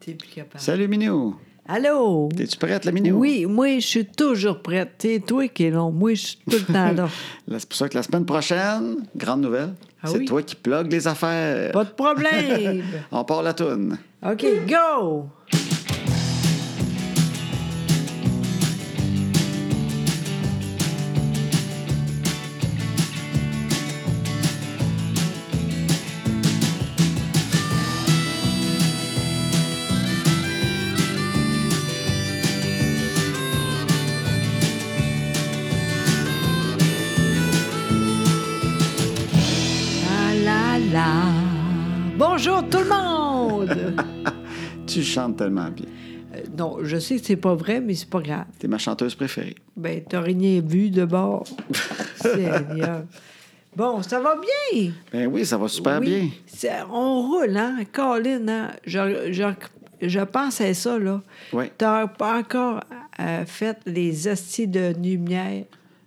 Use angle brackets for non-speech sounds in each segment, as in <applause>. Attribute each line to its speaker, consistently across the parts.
Speaker 1: T'es plus capable.
Speaker 2: Salut Minou.
Speaker 1: Allô?
Speaker 2: Es-tu prête, la Minou?
Speaker 1: Oui, moi, je suis toujours prête. C'est toi qui est long. Moi, je suis tout le temps là.
Speaker 2: Là, C'est pour ça que la semaine prochaine, grande nouvelle,
Speaker 1: Ah
Speaker 2: c'est
Speaker 1: oui?
Speaker 2: toi qui plugues les affaires.
Speaker 1: Pas de problème.
Speaker 2: On part la toune.
Speaker 1: OK, go! La, la, la. Ah Bonjour tout le monde!
Speaker 2: Tu chantes tellement bien.
Speaker 1: Euh, non, je sais que c'est pas vrai, mais c'est pas grave.
Speaker 2: T'es ma chanteuse préférée.
Speaker 1: Ben, t'as rien vu de
Speaker 2: <laughs>
Speaker 1: bord. Seigneur. Bon, ça va bien.
Speaker 2: Ben oui, ça va super
Speaker 1: Oui.
Speaker 2: bien.
Speaker 1: C'est- On roule, hein? Colin, hein? Je, je- je pense à ça, là.
Speaker 2: Oui.
Speaker 1: T'as pas encore euh, fait les astis de lumière.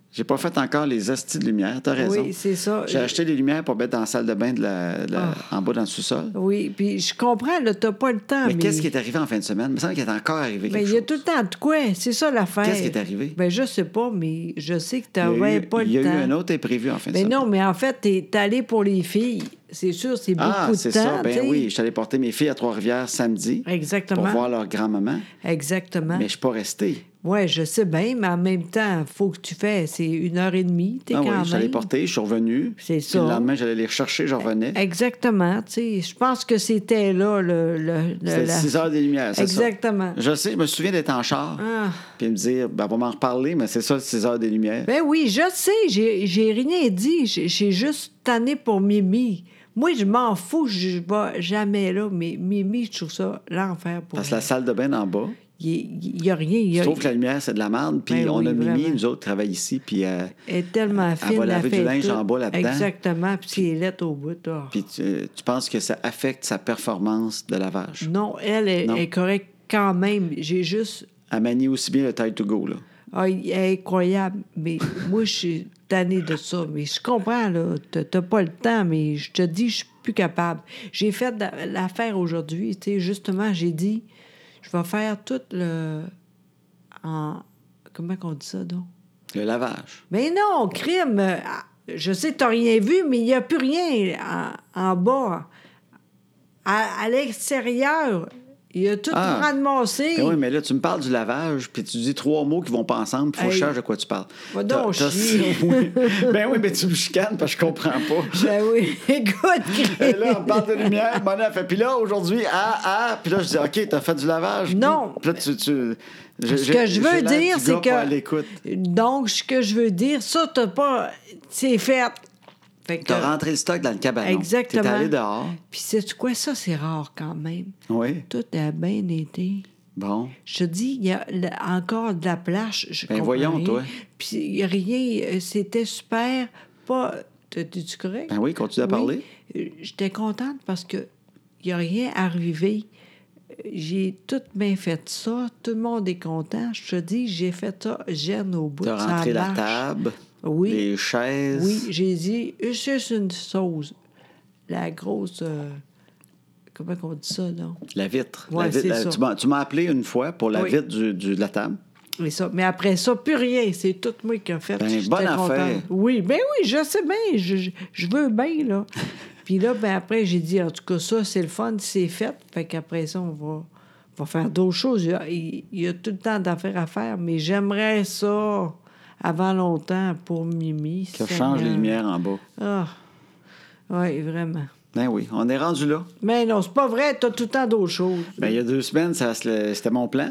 Speaker 2: J'ai pas fait encore les astis de lumière, t'as raison.
Speaker 1: Oui, c'est ça. Ah.
Speaker 2: J'ai acheté des lumières pour mettre dans la salle de bain de la- de la- en bas dans le sous-sol.
Speaker 1: Oui, puis je comprends, là, t'as pas le temps.
Speaker 2: Mais, qu'est-ce qui est arrivé en fin de semaine? Il me semble qu'il est encore arrivé
Speaker 1: Ah, Ben,
Speaker 2: quelque
Speaker 1: il y a
Speaker 2: chose.
Speaker 1: tout le temps de quoi? C'est ça l'affaire.
Speaker 2: Qu'est-ce qui est arrivé?
Speaker 1: Ben, je sais pas, mais je sais que
Speaker 2: Il y a
Speaker 1: t'avais
Speaker 2: eu-
Speaker 1: ah pas le
Speaker 2: Il y a
Speaker 1: temps.
Speaker 2: eu un autre imprévu en fin de
Speaker 1: Ben
Speaker 2: semaine.
Speaker 1: non, mais en fait, t'es allé pour les filles. C'est sûr, c'est beaucoup
Speaker 2: ah,
Speaker 1: de temps.
Speaker 2: c'est ça. Ben
Speaker 1: tu sais.
Speaker 2: oui, je suis allé porter mes filles à Trois-Rivières samedi
Speaker 1: Exactement.
Speaker 2: pour voir leur grand-maman,
Speaker 1: Exactement.
Speaker 2: mais je suis pas resté.
Speaker 1: Oui, je sais bien, mais en même temps, faut que tu fasses. C'est une heure et demie, t'es
Speaker 2: Ah oui,
Speaker 1: quand
Speaker 2: je suis allé
Speaker 1: même.
Speaker 2: porter, je suis revenu.
Speaker 1: C'est
Speaker 2: Puis
Speaker 1: ça.
Speaker 2: Le lendemain, j'allais les rechercher, je revenais.
Speaker 1: Exactement. tu sais. Je pense que c'était là le. le, le-
Speaker 2: C'était
Speaker 1: la-
Speaker 2: 6 heures des lumières, c'est ça.
Speaker 1: Exactement.
Speaker 2: Je sais, je me souviens d'être en char,
Speaker 1: Ah.
Speaker 2: puis me dire, ben, on va m'en reparler, mais c'est ça, 6 heures des lumières.
Speaker 1: Ben oui, je sais, j'ai j'ai rien dit. J'ai j'ai juste tanné pour Mimi. Moi, je m'en fous, je vais jamais là, mais Mimi, je trouve ça l'enfer pour
Speaker 2: Parce que
Speaker 1: elle.
Speaker 2: la salle de bain en bas,
Speaker 1: Il n'y a rien. il Y
Speaker 2: je
Speaker 1: a...
Speaker 2: trouve que la lumière, c'est de la merde, puis
Speaker 1: Ben
Speaker 2: on
Speaker 1: oui,
Speaker 2: a Mimi,
Speaker 1: vraiment.
Speaker 2: nous autres, travaille ici, puis euh,
Speaker 1: Elle est tellement fine.
Speaker 2: va laver
Speaker 1: fait
Speaker 2: du linge
Speaker 1: tout.
Speaker 2: en bas là-dedans.
Speaker 1: Exactement, puis c'est lettre au bout. ah.
Speaker 2: puis tu, tu penses que ça affecte sa performance de lavage.
Speaker 1: Non, elle est,
Speaker 2: Non.
Speaker 1: est correcte quand même. J'ai juste.
Speaker 2: Elle manie aussi bien le tide to go, là.
Speaker 1: ah, elle est incroyable. Mais moi, je suis tannée de ça. Mais je comprends, là. T'as t'as pas le temps, mais je te dis, je suis plus capable. J'ai fait la- l'affaire aujourd'hui. Tu sais, justement, j'ai dit, je vais faire tout le. En... Comment qu'on dit ça, donc?
Speaker 2: Le lavage.
Speaker 1: Mais non, crime! euh, ah, Je sais que t'as rien vu, mais il n'y a plus rien en, en bas. À, à l'extérieur, il y a tout
Speaker 2: Ah.
Speaker 1: ramassé.
Speaker 2: Ben oui, mais là, tu me parles du lavage, puis tu dis trois mots qui vont pas ensemble, puis faut que je
Speaker 1: Hey.
Speaker 2: cherche de quoi tu parles.
Speaker 1: Va
Speaker 2: T'as-
Speaker 1: donc
Speaker 2: t'as-
Speaker 1: chier.
Speaker 2: <laughs> Oui. Ben oui, mais tu me chicanes, parce que je comprends pas.
Speaker 1: Ben oui, <laughs> écoute,
Speaker 2: <laughs> Et
Speaker 1: crime.
Speaker 2: là, on parle de lumière, mon elle fait. Puis là, aujourd'hui, ah, ah. Puis là, je dis, OK, t'as fait du lavage.
Speaker 1: Non.
Speaker 2: Puis là, tu. tu j'ai-
Speaker 1: Ce
Speaker 2: j'ai-
Speaker 1: que je
Speaker 2: j'ai
Speaker 1: veux
Speaker 2: l'air
Speaker 1: dire,
Speaker 2: du
Speaker 1: c'est
Speaker 2: gars pas à
Speaker 1: que.
Speaker 2: l'écoute.
Speaker 1: Donc, ce que je veux dire, ça, t'as pas. C'est fait. Fait que-
Speaker 2: T'as rentré le stock dans le cabanon.
Speaker 1: Exactement.
Speaker 2: T'es allé dehors.
Speaker 1: Puis, c'est quoi, ça, c'est rare quand même.
Speaker 2: Oui.
Speaker 1: Tout a bien été.
Speaker 2: Bon.
Speaker 1: Je te dis, il y a le- encore de la plage. Je
Speaker 2: Ben,
Speaker 1: comprends
Speaker 2: voyons,
Speaker 1: rien.
Speaker 2: toi.
Speaker 1: Puis il y a rien, euh, c'était super. Pas. T'es-tu correct?
Speaker 2: Ben oui, continue à
Speaker 1: Oui.
Speaker 2: parler.
Speaker 1: Euh, J'étais contente parce que il n'y a rien arrivé. Euh, J'ai tout bien fait ça. Tout le monde est content. Je te dis, j'ai fait ça, gêne au bout.
Speaker 2: T'as
Speaker 1: ça
Speaker 2: rentré la
Speaker 1: marche.
Speaker 2: table.
Speaker 1: Oui.
Speaker 2: Les chaises.
Speaker 1: Oui, j'ai dit, c'est juste une sauce. La grosse. euh, comment on dit ça, là?
Speaker 2: La vitre.
Speaker 1: Ouais,
Speaker 2: la vitre
Speaker 1: c'est
Speaker 2: la-
Speaker 1: ça.
Speaker 2: tu m'as- Tu m'as appelé une fois pour la
Speaker 1: Oui.
Speaker 2: vitre du- du- de la table.
Speaker 1: Mais, ça, mais après ça, plus rien. C'est tout moi qui a fait.
Speaker 2: Ben,
Speaker 1: J'étais
Speaker 2: bonne
Speaker 1: contente.
Speaker 2: affaire.
Speaker 1: Oui, ben oui, je sais bien. Je, je- je veux bien, là.
Speaker 2: <laughs>
Speaker 1: Puis là, ben après, j'ai dit, en tout cas, ça, c'est le fun, c'est fait. Fait qu'après ça, on va, on va faire d'autres choses. Il y, a, il- il y a tout le temps d'affaires à faire, mais j'aimerais ça avant longtemps pour Mimi.
Speaker 2: Ça
Speaker 1: Seigneur.
Speaker 2: change les lumières en bas.
Speaker 1: Ah, oui, vraiment.
Speaker 2: Ben oui, on est rendu là.
Speaker 1: Mais non, c'est pas vrai, t'as tout le temps d'autres choses.
Speaker 2: Ben, il y a deux semaines, ça se le- c'était mon plan.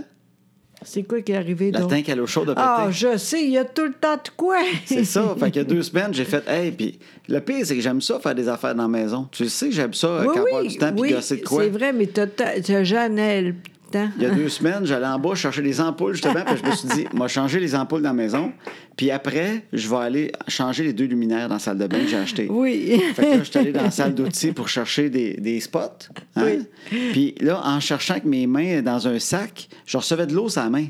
Speaker 1: C'est quoi qui est arrivé,
Speaker 2: La
Speaker 1: donc?
Speaker 2: tank à l'eau chaude a pété.
Speaker 1: Ah, je sais, il y a tout le temps de quoi. <laughs>
Speaker 2: C'est ça. Fait qu'il y a deux semaines, j'ai fait Hey, puis le pire, c'est que j'aime ça faire des affaires dans la maison. Tu le sais, que j'aime ça euh, quand avoir du temps puis gosser de quoi.
Speaker 1: C'est vrai, mais t'as- t'as t'as jamais le temps.
Speaker 2: Il y a deux semaines, j'allais en bas chercher des ampoules, justement, puis je me suis dit, m'a changer les ampoules dans la maison. Puis après, je vais aller changer les deux luminaires dans la salle de bain que j'ai acheté.
Speaker 1: <laughs> Oui.
Speaker 2: Fait que là, je suis allé dans la salle d'outils pour chercher des, des spots. hein. Puis là, en cherchant avec mes mains dans un sac, je recevais de l'eau sur la main.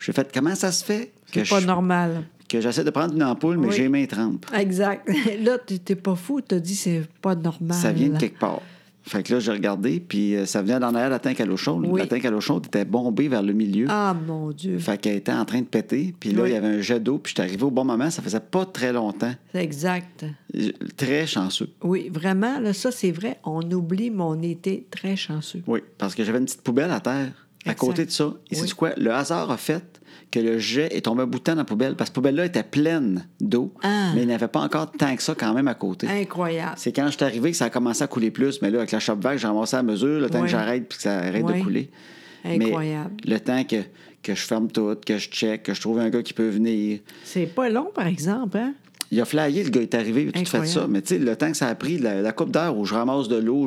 Speaker 2: J'ai fait, comment ça se fait que
Speaker 1: C'est pas
Speaker 2: je-
Speaker 1: normal.
Speaker 2: que j'essaie de prendre une ampoule, mais
Speaker 1: Oui.
Speaker 2: j'ai les mains trempes?
Speaker 1: <laughs> Exact. Là, t'es t'es pas fou, t'as dit c'est pas normal.
Speaker 2: Ça vient de quelque part. Fait que là, j'ai regardé, puis euh, ça venait d'en arrière la tank à l'eau chaude.
Speaker 1: Oui.
Speaker 2: La tank à l'eau chaude était bombée vers le milieu.
Speaker 1: Ah, mon Dieu.
Speaker 2: Fait qu'elle était en train de péter. Puis là,
Speaker 1: Oui.
Speaker 2: il y avait un jet d'eau, puis j'étais arrivé au bon moment. Ça faisait pas très longtemps.
Speaker 1: C'est exact.
Speaker 2: J- Très chanceux.
Speaker 1: Oui, vraiment, là, ça, c'est vrai. On oublie, mais on était très chanceux.
Speaker 2: Oui, parce que j'avais une petite poubelle à terre. À
Speaker 1: Exact.
Speaker 2: côté de ça, et
Speaker 1: Oui.
Speaker 2: c'est quoi? Le hasard a fait que le jet est tombé à bout de temps dans la poubelle, parce que la poubelle-là était pleine d'eau,
Speaker 1: Ah.
Speaker 2: mais il n'y avait pas encore tant que ça quand même à côté.
Speaker 1: Incroyable.
Speaker 2: C'est quand je suis arrivé que ça a commencé à couler plus, mais là, avec la chope vague, j'ai ramassé à mesure, le temps
Speaker 1: Ouais.
Speaker 2: que j'arrête puis que ça arrête
Speaker 1: Ouais.
Speaker 2: de couler.
Speaker 1: Incroyable.
Speaker 2: Mais le temps que, que je ferme tout, que je check, que je trouve un gars qui peut venir.
Speaker 1: C'est pas long, par exemple, hein?
Speaker 2: Il a flyé, le gars est arrivé, il a tout fait
Speaker 1: Incroyable.
Speaker 2: ça. Mais tu sais, le temps que ça a pris, la, la coupe d'air où je ramasse de l'eau,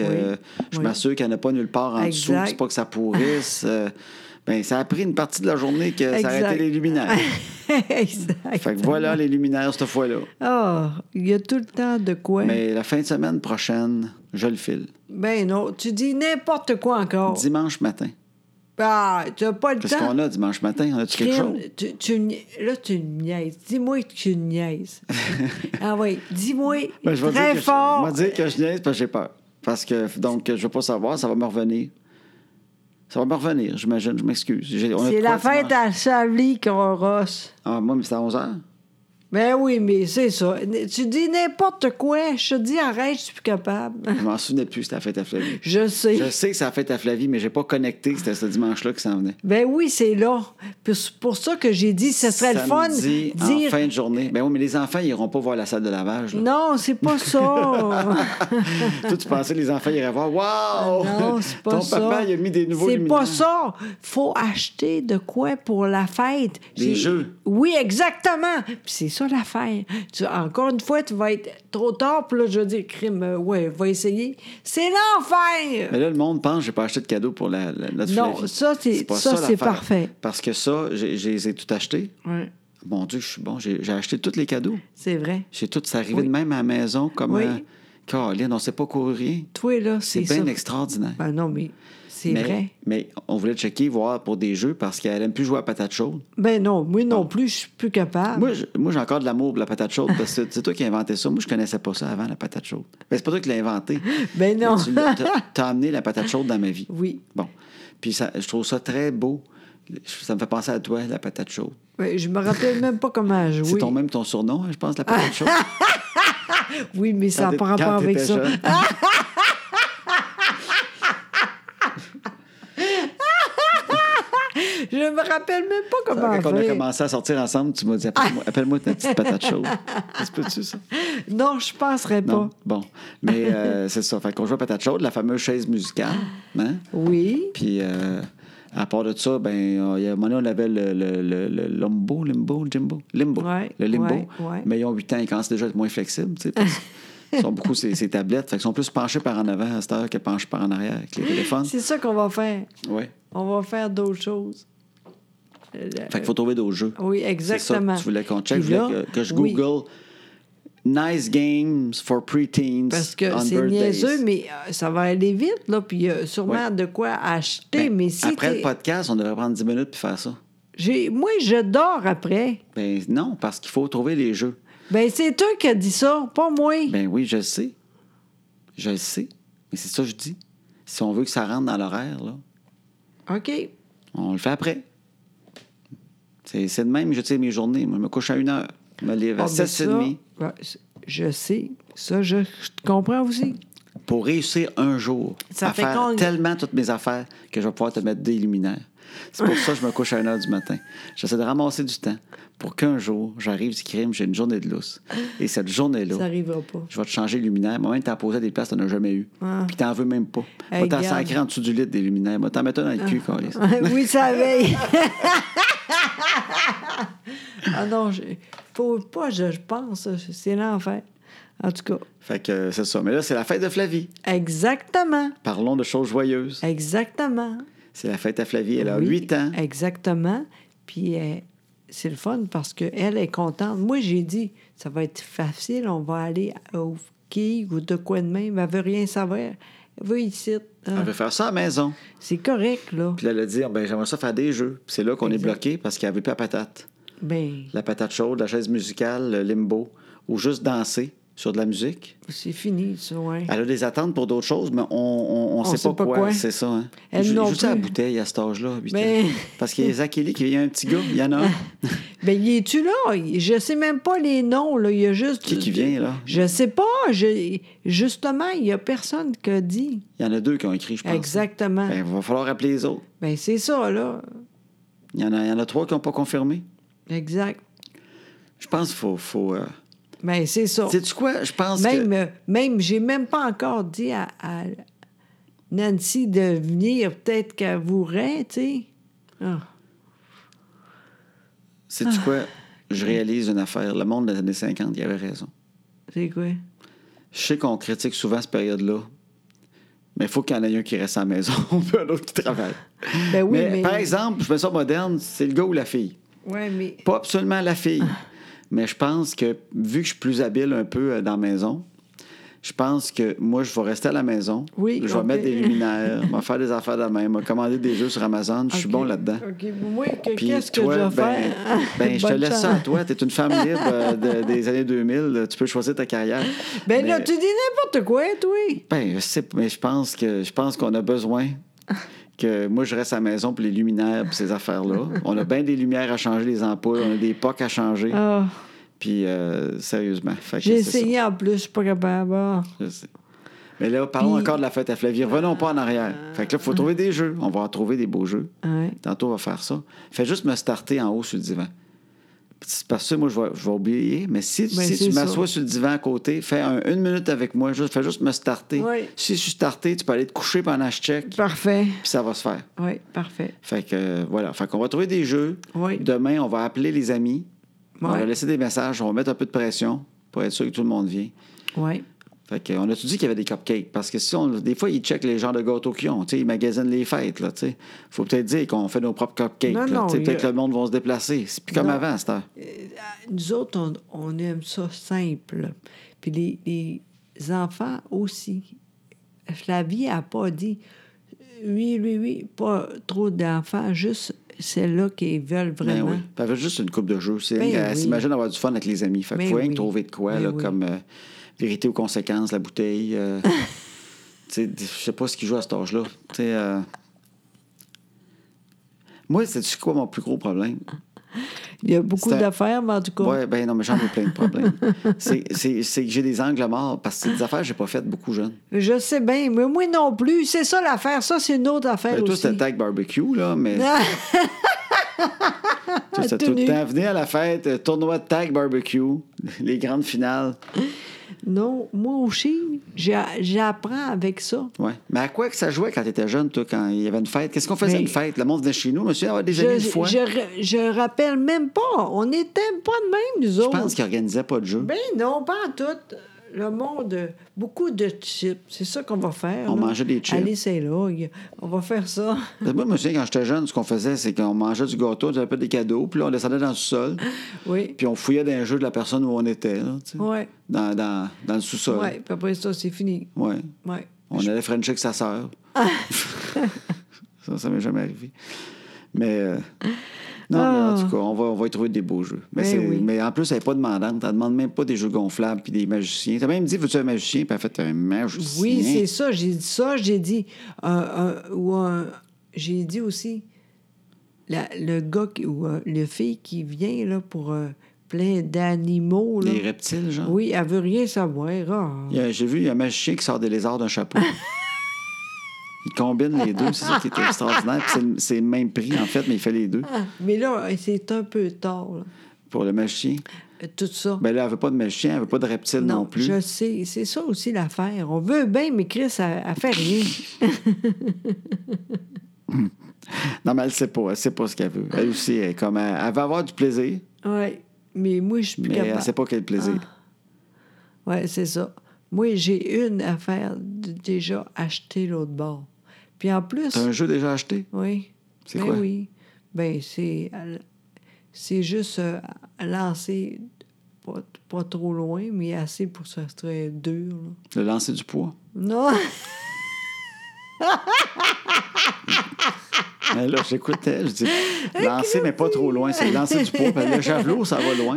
Speaker 1: Oui.
Speaker 2: euh, je
Speaker 1: Oui.
Speaker 2: m'assure qu'il n'y en a pas nulle part en dessous,
Speaker 1: Exact.
Speaker 2: c'est pas que ça pourrisse. euh, ben, ça a pris une partie de la journée que ça
Speaker 1: Exact.
Speaker 2: arrêtait les luminaires.
Speaker 1: <laughs> exact.
Speaker 2: Ah. fait que voilà les luminaires cette fois-là.
Speaker 1: Ah, il y a tout le temps de quoi.
Speaker 2: Mais la fin de semaine prochaine, je le file.
Speaker 1: Ben non, tu dis n'importe quoi encore.
Speaker 2: Dimanche matin.
Speaker 1: Ah, tu n'as pas Oh. le
Speaker 2: Qu'est-ce
Speaker 1: temps.
Speaker 2: qu'on a dimanche matin? On a-tu quelque
Speaker 1: Crime,
Speaker 2: chose?
Speaker 1: tu, tu ni- là, tu niaises. Dis-moi que tu niaises.
Speaker 2: <laughs>
Speaker 1: ah oui, dis-moi
Speaker 2: Ben, je vais
Speaker 1: très
Speaker 2: dire que je-
Speaker 1: fort.
Speaker 2: Je, vais dire que je niaise parce que j'ai peur. Parce que, donc, je veux pas savoir, ça va me revenir. Ça va me revenir, j'imagine, je m'excuse. J'ai- on a de
Speaker 1: C'est
Speaker 2: quoi
Speaker 1: la fête
Speaker 2: dimanche?
Speaker 1: à Chablis qu'on rosse.
Speaker 2: Ah, moi, mais c'est à 11 h.
Speaker 1: Ben oui, mais c'est ça. N- Tu dis n'importe quoi. Je te dis arrête, je suis plus capable. <laughs>
Speaker 2: Je m'en souvenais plus, c'était la fête à Flavie.
Speaker 1: Je sais.
Speaker 2: Je sais que c'est la fête à Flavie, mais j'ai pas connecté que c'était ce dimanche-là que ça en venait.
Speaker 1: Ben oui, c'est là. Puis C'est pour ça que j'ai dit ce serait le fun
Speaker 2: Samedi,
Speaker 1: dire
Speaker 2: en <laughs> fin de journée. Ben oui, mais les enfants, ils iront pas voir la salle de lavage. là.
Speaker 1: non, c'est pas
Speaker 2: <laughs>
Speaker 1: ça.
Speaker 2: Toi, tu pensais que les enfants iraient voir. Waouh!
Speaker 1: Ah Non, c'est pas
Speaker 2: Oh, Ton
Speaker 1: ça.
Speaker 2: papa, il a mis des nouveaux
Speaker 1: C'est
Speaker 2: luminaires.
Speaker 1: pas ça. Faut acheter de quoi pour la fête.
Speaker 2: Des
Speaker 1: J'ai-
Speaker 2: jeux.
Speaker 1: Oui, exactement. Puis c'est ça l'affaire. Tu- Encore une fois, tu vas être trop tard. Puis là, je vais dire, crime, euh, ouais, va essayer. C'est l'enfer.
Speaker 2: Mais là, le monde pense que j'ai pas acheté de cadeau pour la, la- notre
Speaker 1: Non,
Speaker 2: Flavie.
Speaker 1: ça, c'est-
Speaker 2: pas
Speaker 1: ça, c'est
Speaker 2: l'affaire.
Speaker 1: parfait.
Speaker 2: Parce que ça, j'ai- je les ai tout achetés.
Speaker 1: Ouais,
Speaker 2: Mon Dieu, je suis bon. J'ai j'ai acheté tous les cadeaux.
Speaker 1: c'est vrai.
Speaker 2: J'ai tout. C'est arrivé
Speaker 1: Oui.
Speaker 2: de même à la maison comme.
Speaker 1: Oui.
Speaker 2: Euh, Caroline, on sait pas courir.
Speaker 1: Toi, là, c'est
Speaker 2: C'est
Speaker 1: ça.
Speaker 2: bien extraordinaire.
Speaker 1: Ben non, mais c'est
Speaker 2: mais,
Speaker 1: vrai.
Speaker 2: mais on voulait checker, voir pour des jeux parce qu'elle aime plus jouer à patate chaude.
Speaker 1: Ben non, moi non plus, je suis plus capable.
Speaker 2: Ah. Moi, je- moi, j'ai encore de l'amour pour la patate chaude parce que c'est toi qui as inventé ça. Moi, je connaissais pas ça avant, la patate chaude. Mais c'est pas toi qui l'as inventé.
Speaker 1: <laughs> Ben non.
Speaker 2: Mais tu l'as- t'as- T'as amené la patate chaude dans ma vie.
Speaker 1: Oui.
Speaker 2: Bon. Puis ça, je trouve ça très beau. Ça me fait penser à toi, la patate chaude.
Speaker 1: Ben, je me rappelle même pas comment jouer.
Speaker 2: C'est ton même ton surnom, hein, je pense, la patate
Speaker 1: <laughs>
Speaker 2: chaude.
Speaker 1: Oui, mais ça
Speaker 2: Quand t'es-
Speaker 1: prend pas
Speaker 2: quand
Speaker 1: avec
Speaker 2: t'étais
Speaker 1: ça. Ah,
Speaker 2: jeune.
Speaker 1: Je me rappelle même pas comment
Speaker 2: Quand on a
Speaker 1: faire.
Speaker 2: commencé à sortir ensemble, tu m'as dit
Speaker 1: <laughs>
Speaker 2: appelle-moi appelle-moi ta petite patate chaude. Ça se peut-tu, ça?
Speaker 1: Non, je penserais
Speaker 2: Non.
Speaker 1: pas.
Speaker 2: Bon.
Speaker 1: <laughs>
Speaker 2: Mais euh, c'est ça. Fait qu'on joue à patate chaude, la fameuse chaise musicale. Hein?
Speaker 1: Oui.
Speaker 2: Puis euh, à part de ça, ben, on- il y a un moment donné, on avait le, le, le, le limbo, limbo, limbo, limbo.
Speaker 1: Ouais,
Speaker 2: le limbo.
Speaker 1: ouais, ouais.
Speaker 2: Mais ils ont 8 ans, ils commencent déjà à être moins flexibles, tu sais, parce qu'ils sont beaucoup ces, ces tablettes. Fait qu'ils sont plus penchés par en avant à cette heure que penchés par en arrière avec les téléphones.
Speaker 1: C'est ça qu'on va faire.
Speaker 2: Ouais.
Speaker 1: On va faire d'autres choses. Euh, le-
Speaker 2: Fait qu'il faut trouver d'autres jeux.
Speaker 1: Oui,
Speaker 2: C'est ça que
Speaker 1: exactement.
Speaker 2: tu voulais qu'on check.
Speaker 1: Puis
Speaker 2: Je voulais
Speaker 1: là,
Speaker 2: que, que je
Speaker 1: oui,
Speaker 2: Google Nice Games for Preteens
Speaker 1: Parce que
Speaker 2: on
Speaker 1: c'est
Speaker 2: birthdays.
Speaker 1: niaiseux, mais euh, ça va aller vite, là. Puis il y a sûrement
Speaker 2: Ouais.
Speaker 1: de quoi acheter.
Speaker 2: Ben,
Speaker 1: Mais, si.
Speaker 2: après
Speaker 1: t'es-
Speaker 2: le podcast, on devrait prendre 10 minutes puis faire ça.
Speaker 1: J'ai- Moi, je dors après.
Speaker 2: Ben non, parce qu'il faut trouver les jeux.
Speaker 1: Ben, c'est toi qui as dit ça, pas moi.
Speaker 2: Ben oui, je le sais. Je le sais. Mais c'est ça que je dis. Si on veut que ça rentre dans l'horaire, là, ben,
Speaker 1: OK.
Speaker 2: on le fait après. C'est c'est de même, je tire mes journées. Moi, je me couche à une heure. Je me lève à
Speaker 1: Ah, ben
Speaker 2: 7 et
Speaker 1: ça,
Speaker 2: demi.
Speaker 1: ben, c- je sais. Ça, je, je te comprends aussi.
Speaker 2: Pour réussir un jour
Speaker 1: Ça
Speaker 2: à
Speaker 1: fait
Speaker 2: faire
Speaker 1: qu'on-
Speaker 2: tellement toutes mes affaires que je vais pouvoir te mettre des luminaires. C'est pour ça que je me couche à une heure du matin. J'essaie de ramasser du temps pour qu'un jour, j'arrive du crime, j'ai une journée de lousse. Et cette journée-là,
Speaker 1: Ça n'arrivera pas.
Speaker 2: je vais te changer les luminaires. Moi, même t'en posé à des places, t'en as jamais eu.
Speaker 1: Ah. Eh,
Speaker 2: Puis t'en veux même pas.
Speaker 1: Hey,
Speaker 2: Moi, t'en
Speaker 1: garde.
Speaker 2: sacré en dessous du lit des luminaires. Moi, t'en mets un dans le cul,
Speaker 1: Ah.
Speaker 2: câlisse.
Speaker 1: oui, ça veille. <laughs> ah non, je- faut pas, je, je pense. C'est l'enfer. En tout cas,
Speaker 2: Fait que euh, c'est ça. Mais là, c'est la fête de Flavie.
Speaker 1: exactement.
Speaker 2: Parlons de choses joyeuses.
Speaker 1: Exactement.
Speaker 2: C'est la fête à Flavie. Elle a
Speaker 1: Oui, Ah.
Speaker 2: 8 ans.
Speaker 1: Exactement. Puis euh, c'est le fun parce qu'elle est contente. Moi, j'ai dit, ça va être facile, on va aller au quai ou de quoi de même. Elle veut rien savoir. Elle veut ici. Ah,
Speaker 2: Elle veut faire ça à la maison.
Speaker 1: C'est correct, là.
Speaker 2: Puis là, elle a dit, Ah, ben, j'aimerais ça faire des jeux. Puis c'est là qu'on est
Speaker 1: Exact.
Speaker 2: bloqué parce qu'elle veut plus la patate.
Speaker 1: Ben,
Speaker 2: La patate chaude, la chaise musicale, le limbo, ou juste danser. sur de la musique.
Speaker 1: C'est fini, ça, ouais.
Speaker 2: Elle a des attentes pour d'autres choses, mais on ne sait, pas, quoi. C'est ça. Hein?
Speaker 1: Elle
Speaker 2: je
Speaker 1: non
Speaker 2: je dis à la
Speaker 1: plus.
Speaker 2: bouteille à cet âge-là, huit
Speaker 1: Mais-
Speaker 2: ans. <laughs> Parce qu'il y a Zachary, il y a un petit gars, il y en a
Speaker 1: <laughs>
Speaker 2: un.
Speaker 1: Ben, il est-tu là? Il- Je sais même pas les noms, là. Il y a juste...
Speaker 2: Qui qui vient, là?
Speaker 1: Je sais pas. Je- Justement, il y a personne qui a dit.
Speaker 2: Il y en a deux qui ont écrit, je pense.
Speaker 1: Exactement.
Speaker 2: Ben,
Speaker 1: Ben,
Speaker 2: il va falloir appeler les autres.
Speaker 1: c'est ça, là.
Speaker 2: Il y en a, il y en a trois qui n'ont pas confirmé.
Speaker 1: Exact.
Speaker 2: Je pense qu'il faut. faut euh,
Speaker 1: Ben, c'est ça.
Speaker 2: Sais-tu quoi? Je pense
Speaker 1: Même,
Speaker 2: que.
Speaker 1: euh, même j'ai même pas encore dit à, à Nancy de venir. Peut-être qu'elle voudrait, tu sais. Ah.
Speaker 2: Sais-tu
Speaker 1: <laughs>
Speaker 2: quoi? Je réalise une affaire. Le monde des années 50, il avait raison.
Speaker 1: c'est quoi?
Speaker 2: Je sais qu'on critique souvent cette période-là, mais il faut qu'il y en ait un qui reste à la maison, <laughs> puis un autre qui travaille.
Speaker 1: Ben oui,
Speaker 2: mais,
Speaker 1: mais...
Speaker 2: par exemple, je mets ça moderne, c'est le gars ou la fille.
Speaker 1: Ouais, mais...
Speaker 2: Pas absolument la fille, mais je pense que, vu que je suis plus habile un peu euh, dans la maison, je pense que moi, je vais rester à la maison.
Speaker 1: Oui,
Speaker 2: je vais
Speaker 1: ok. <laughs>
Speaker 2: mettre des luminaires, je vais faire des affaires de même, je vais commander des jeux sur Amazon, je suis
Speaker 1: Ok.
Speaker 2: bon là-dedans.
Speaker 1: OK, moi, que-
Speaker 2: Puis
Speaker 1: qu'est-ce que
Speaker 2: toi,
Speaker 1: je vais
Speaker 2: ben,
Speaker 1: faire? <laughs>
Speaker 2: ben, je te
Speaker 1: Bonne
Speaker 2: laisse ça à
Speaker 1: chance.
Speaker 2: toi. Tu es une femme libre euh, de- des années 2000. Tu peux choisir ta carrière.
Speaker 1: Ben là,
Speaker 2: Mais-
Speaker 1: tu dis n'importe quoi, toi.
Speaker 2: Ben, je sais, mais je pense que je pense qu'on a besoin que moi je reste à la maison pour les luminaires et ces affaires-là. On a bien des lumières à changer, les ampoules, on a des pocs à changer.
Speaker 1: Ah,
Speaker 2: Puis euh, sérieusement, fait que
Speaker 1: J'ai
Speaker 2: c'est ça.
Speaker 1: essayé en plus, je suis pas capable. Ah.
Speaker 2: Je sais. Mais là, parlons
Speaker 1: Puis- Ah.
Speaker 2: encore de la fête à Flavie. Revenons pas en arrière. Fait que là, il faut trouver des jeux. On va en trouver des beaux jeux.
Speaker 1: Ouais.
Speaker 2: Tantôt, on va faire ça. Fais juste me starter en haut sur le divan. C'est Parce que moi, je vais, je vais oublier, mais si,
Speaker 1: Ben,
Speaker 2: si
Speaker 1: c'est
Speaker 2: tu
Speaker 1: ça.
Speaker 2: m'assois sur le divan à côté, fais un- une minute avec moi, juste, fais juste me starter.
Speaker 1: Oui.
Speaker 2: Si je suis starté, tu peux aller te coucher pendant que je check, puis
Speaker 1: Parfait.
Speaker 2: ça va se faire.
Speaker 1: Oui, parfait.
Speaker 2: Fait que euh, voilà. Fait qu'on va trouver des jeux.
Speaker 1: Oui.
Speaker 2: Demain, on va appeler les amis. On
Speaker 1: Ouais.
Speaker 2: va laisser des messages, on va mettre un peu de pression pour être sûr que tout le monde vient.
Speaker 1: Oui.
Speaker 2: Fait que, on a-tu dit qu'il y avait des cupcakes? Parce que si on, des fois, ils checkent les genres de gâteaux qu'ils ont. tu sais, Ils magasinent les fêtes. Là, tu sais. faut peut-être dire qu'on fait nos propres cupcakes.
Speaker 1: Non,
Speaker 2: là,
Speaker 1: non,
Speaker 2: tu sais,
Speaker 1: il y
Speaker 2: peut-être que
Speaker 1: a-
Speaker 2: le monde va se déplacer. C'est plus comme
Speaker 1: Non.
Speaker 2: avant, à cette heure.
Speaker 1: Euh, Nous autres, on, on aime ça simple. Puis les, les enfants aussi. Flavie n'a pas dit oui, oui, oui, pas trop d'enfants, juste celles-là qui veulent
Speaker 2: Ben
Speaker 1: vraiment.
Speaker 2: oui. Puis avec juste une coupe de jeu. C'est,
Speaker 1: Ben
Speaker 2: elle
Speaker 1: oui.
Speaker 2: s'imagine avoir du fun avec les amis. Fait que
Speaker 1: Ben
Speaker 2: faut rien que
Speaker 1: oui.
Speaker 2: trouver de quoi,
Speaker 1: Ben
Speaker 2: là,
Speaker 1: oui.
Speaker 2: comme euh, vérité aux conséquences, la bouteille. euh,
Speaker 1: <laughs>
Speaker 2: tu sais, je sais pas ce qu'ils jouent à cet âge-là. Tu sais, euh, Moi, c'est quoi mon plus gros problème?
Speaker 1: Il y a beaucoup
Speaker 2: C'est un-
Speaker 1: d'affaires, mais en tout cas.
Speaker 2: Oui, ben non, mais j'en ai plein de problèmes. <laughs> c'est, c'est- c'est que j'ai des angles morts parce que c'est des affaires que j'ai pas faites beaucoup jeune.
Speaker 1: Je sais bien, mais moi non plus. C'est ça l'affaire. Ça, c'est une autre affaire
Speaker 2: Ben, toi,
Speaker 1: aussi.
Speaker 2: c'était
Speaker 1: <laughs>
Speaker 2: tag barbecue, là, mais
Speaker 1: Ah,
Speaker 2: toi, c'était
Speaker 1: tout
Speaker 2: tout le
Speaker 1: nu.
Speaker 2: temps. Venez à la fête, euh, tournoi de tag barbecue, <laughs> les grandes finales.
Speaker 1: non, moi aussi, j'a- j'apprends avec ça.
Speaker 2: Ouais. Mais à quoi que ça jouait quand tu étais jeune, toi, quand il y avait une fête? Qu'est-ce qu'on faisait
Speaker 1: Mais-
Speaker 2: une fête? Le monde venait chez nous, monsieur, avoir des
Speaker 1: Je,
Speaker 2: amis une fois.
Speaker 1: je, ra- je rappelle même pas. On n'était pas de même, nous
Speaker 2: Je
Speaker 1: autres.
Speaker 2: pense qu'ils organisaient pas de jeu.
Speaker 1: Ben non, pas en tout. Le monde, euh, beaucoup de chips. C'est ça qu'on va faire.
Speaker 2: On
Speaker 1: là.
Speaker 2: mangeait des chips.
Speaker 1: Allez, c'est là. y- On va faire ça. <laughs>
Speaker 2: Parce que Ben, Moi, je me souviens, quand j'étais jeune, ce qu'on faisait, c'est qu'on mangeait du gâteau, on faisait un peu des cadeaux, puis là, on descendait dans
Speaker 1: <laughs>
Speaker 2: le sol,
Speaker 1: Oui.
Speaker 2: puis on fouillait dans le jeu de la personne où on était, là, tu sais.
Speaker 1: Ouais.
Speaker 2: dans, dans, dans le sous-sol.
Speaker 1: Ouais. Puis après ça, c'est fini.
Speaker 2: Ouais.
Speaker 1: Ouais.
Speaker 2: On allait frencher avec sa sœur.
Speaker 1: Ah.
Speaker 2: <laughs> ça, ça m'est jamais arrivé. Mais. euh, non, mais en tout cas, on va, on va y trouver des beaux jeux. Mais,
Speaker 1: Ah. Ben
Speaker 2: c'est-
Speaker 1: oui.
Speaker 2: mais en plus, elle n'est pas demandante. Elle ne demande même pas des jeux gonflables puis des magiciens. Tu as même dit Veux-tu un magicien Puis elle a fait un magicien.
Speaker 1: Oui, c'est ça. J'ai dit ça. J'ai dit. euh, euh, ou un- j'ai dit aussi. la- le gars qui- ou euh, le fille qui vient là, pour euh, plein d'animaux. là.
Speaker 2: Des reptiles, genre.
Speaker 1: Oui, elle veut rien savoir. Ah.
Speaker 2: Il y a- J'ai vu, il y a un magicien qui sort des lézards
Speaker 1: <laughs>
Speaker 2: d'un chapeau. il combine les deux. C'est ça qui est extraordinaire. Puis c'est le- c'est le même prix, en fait, mais il fait les deux
Speaker 1: <laughs> Mais là, c'est un peu tard. là.
Speaker 2: pour le magicien.
Speaker 1: Euh, Tout ça.
Speaker 2: Ben là, elle veut pas de magicien, elle veut pas de reptile non, plus.
Speaker 1: Je sais, c'est ça aussi l'affaire. On veut bien, mais Chris, elle, elle fait
Speaker 2: <laughs>
Speaker 1: rien.
Speaker 2: Non, mais elle sait pas. Elle sait pas ce qu'elle veut. Elle aussi, elle, est comme, elle, elle veut avoir du plaisir,
Speaker 1: Oui. Mais moi, je suis plus
Speaker 2: mais euh, elle sait
Speaker 1: capable.
Speaker 2: pas quel plaisir.
Speaker 1: Oui, c'est ça. Moi, j'ai une affaire de déjà acheter l'autre bord. Puis en plus.
Speaker 2: T'as un jeu déjà acheté?
Speaker 1: Oui.
Speaker 2: C'est
Speaker 1: Ben
Speaker 2: quoi?
Speaker 1: oui. Ben, c'est. C'est juste euh, lancer pas, pas trop loin, mais assez pour que ça soit dur. là.
Speaker 2: Le lancer du poids?
Speaker 1: Non!
Speaker 2: Mais là, j'écoutais, <laughs> je dis lancer, mais pas trop loin. C'est lancer du poids. Puis le javelot, ça va loin.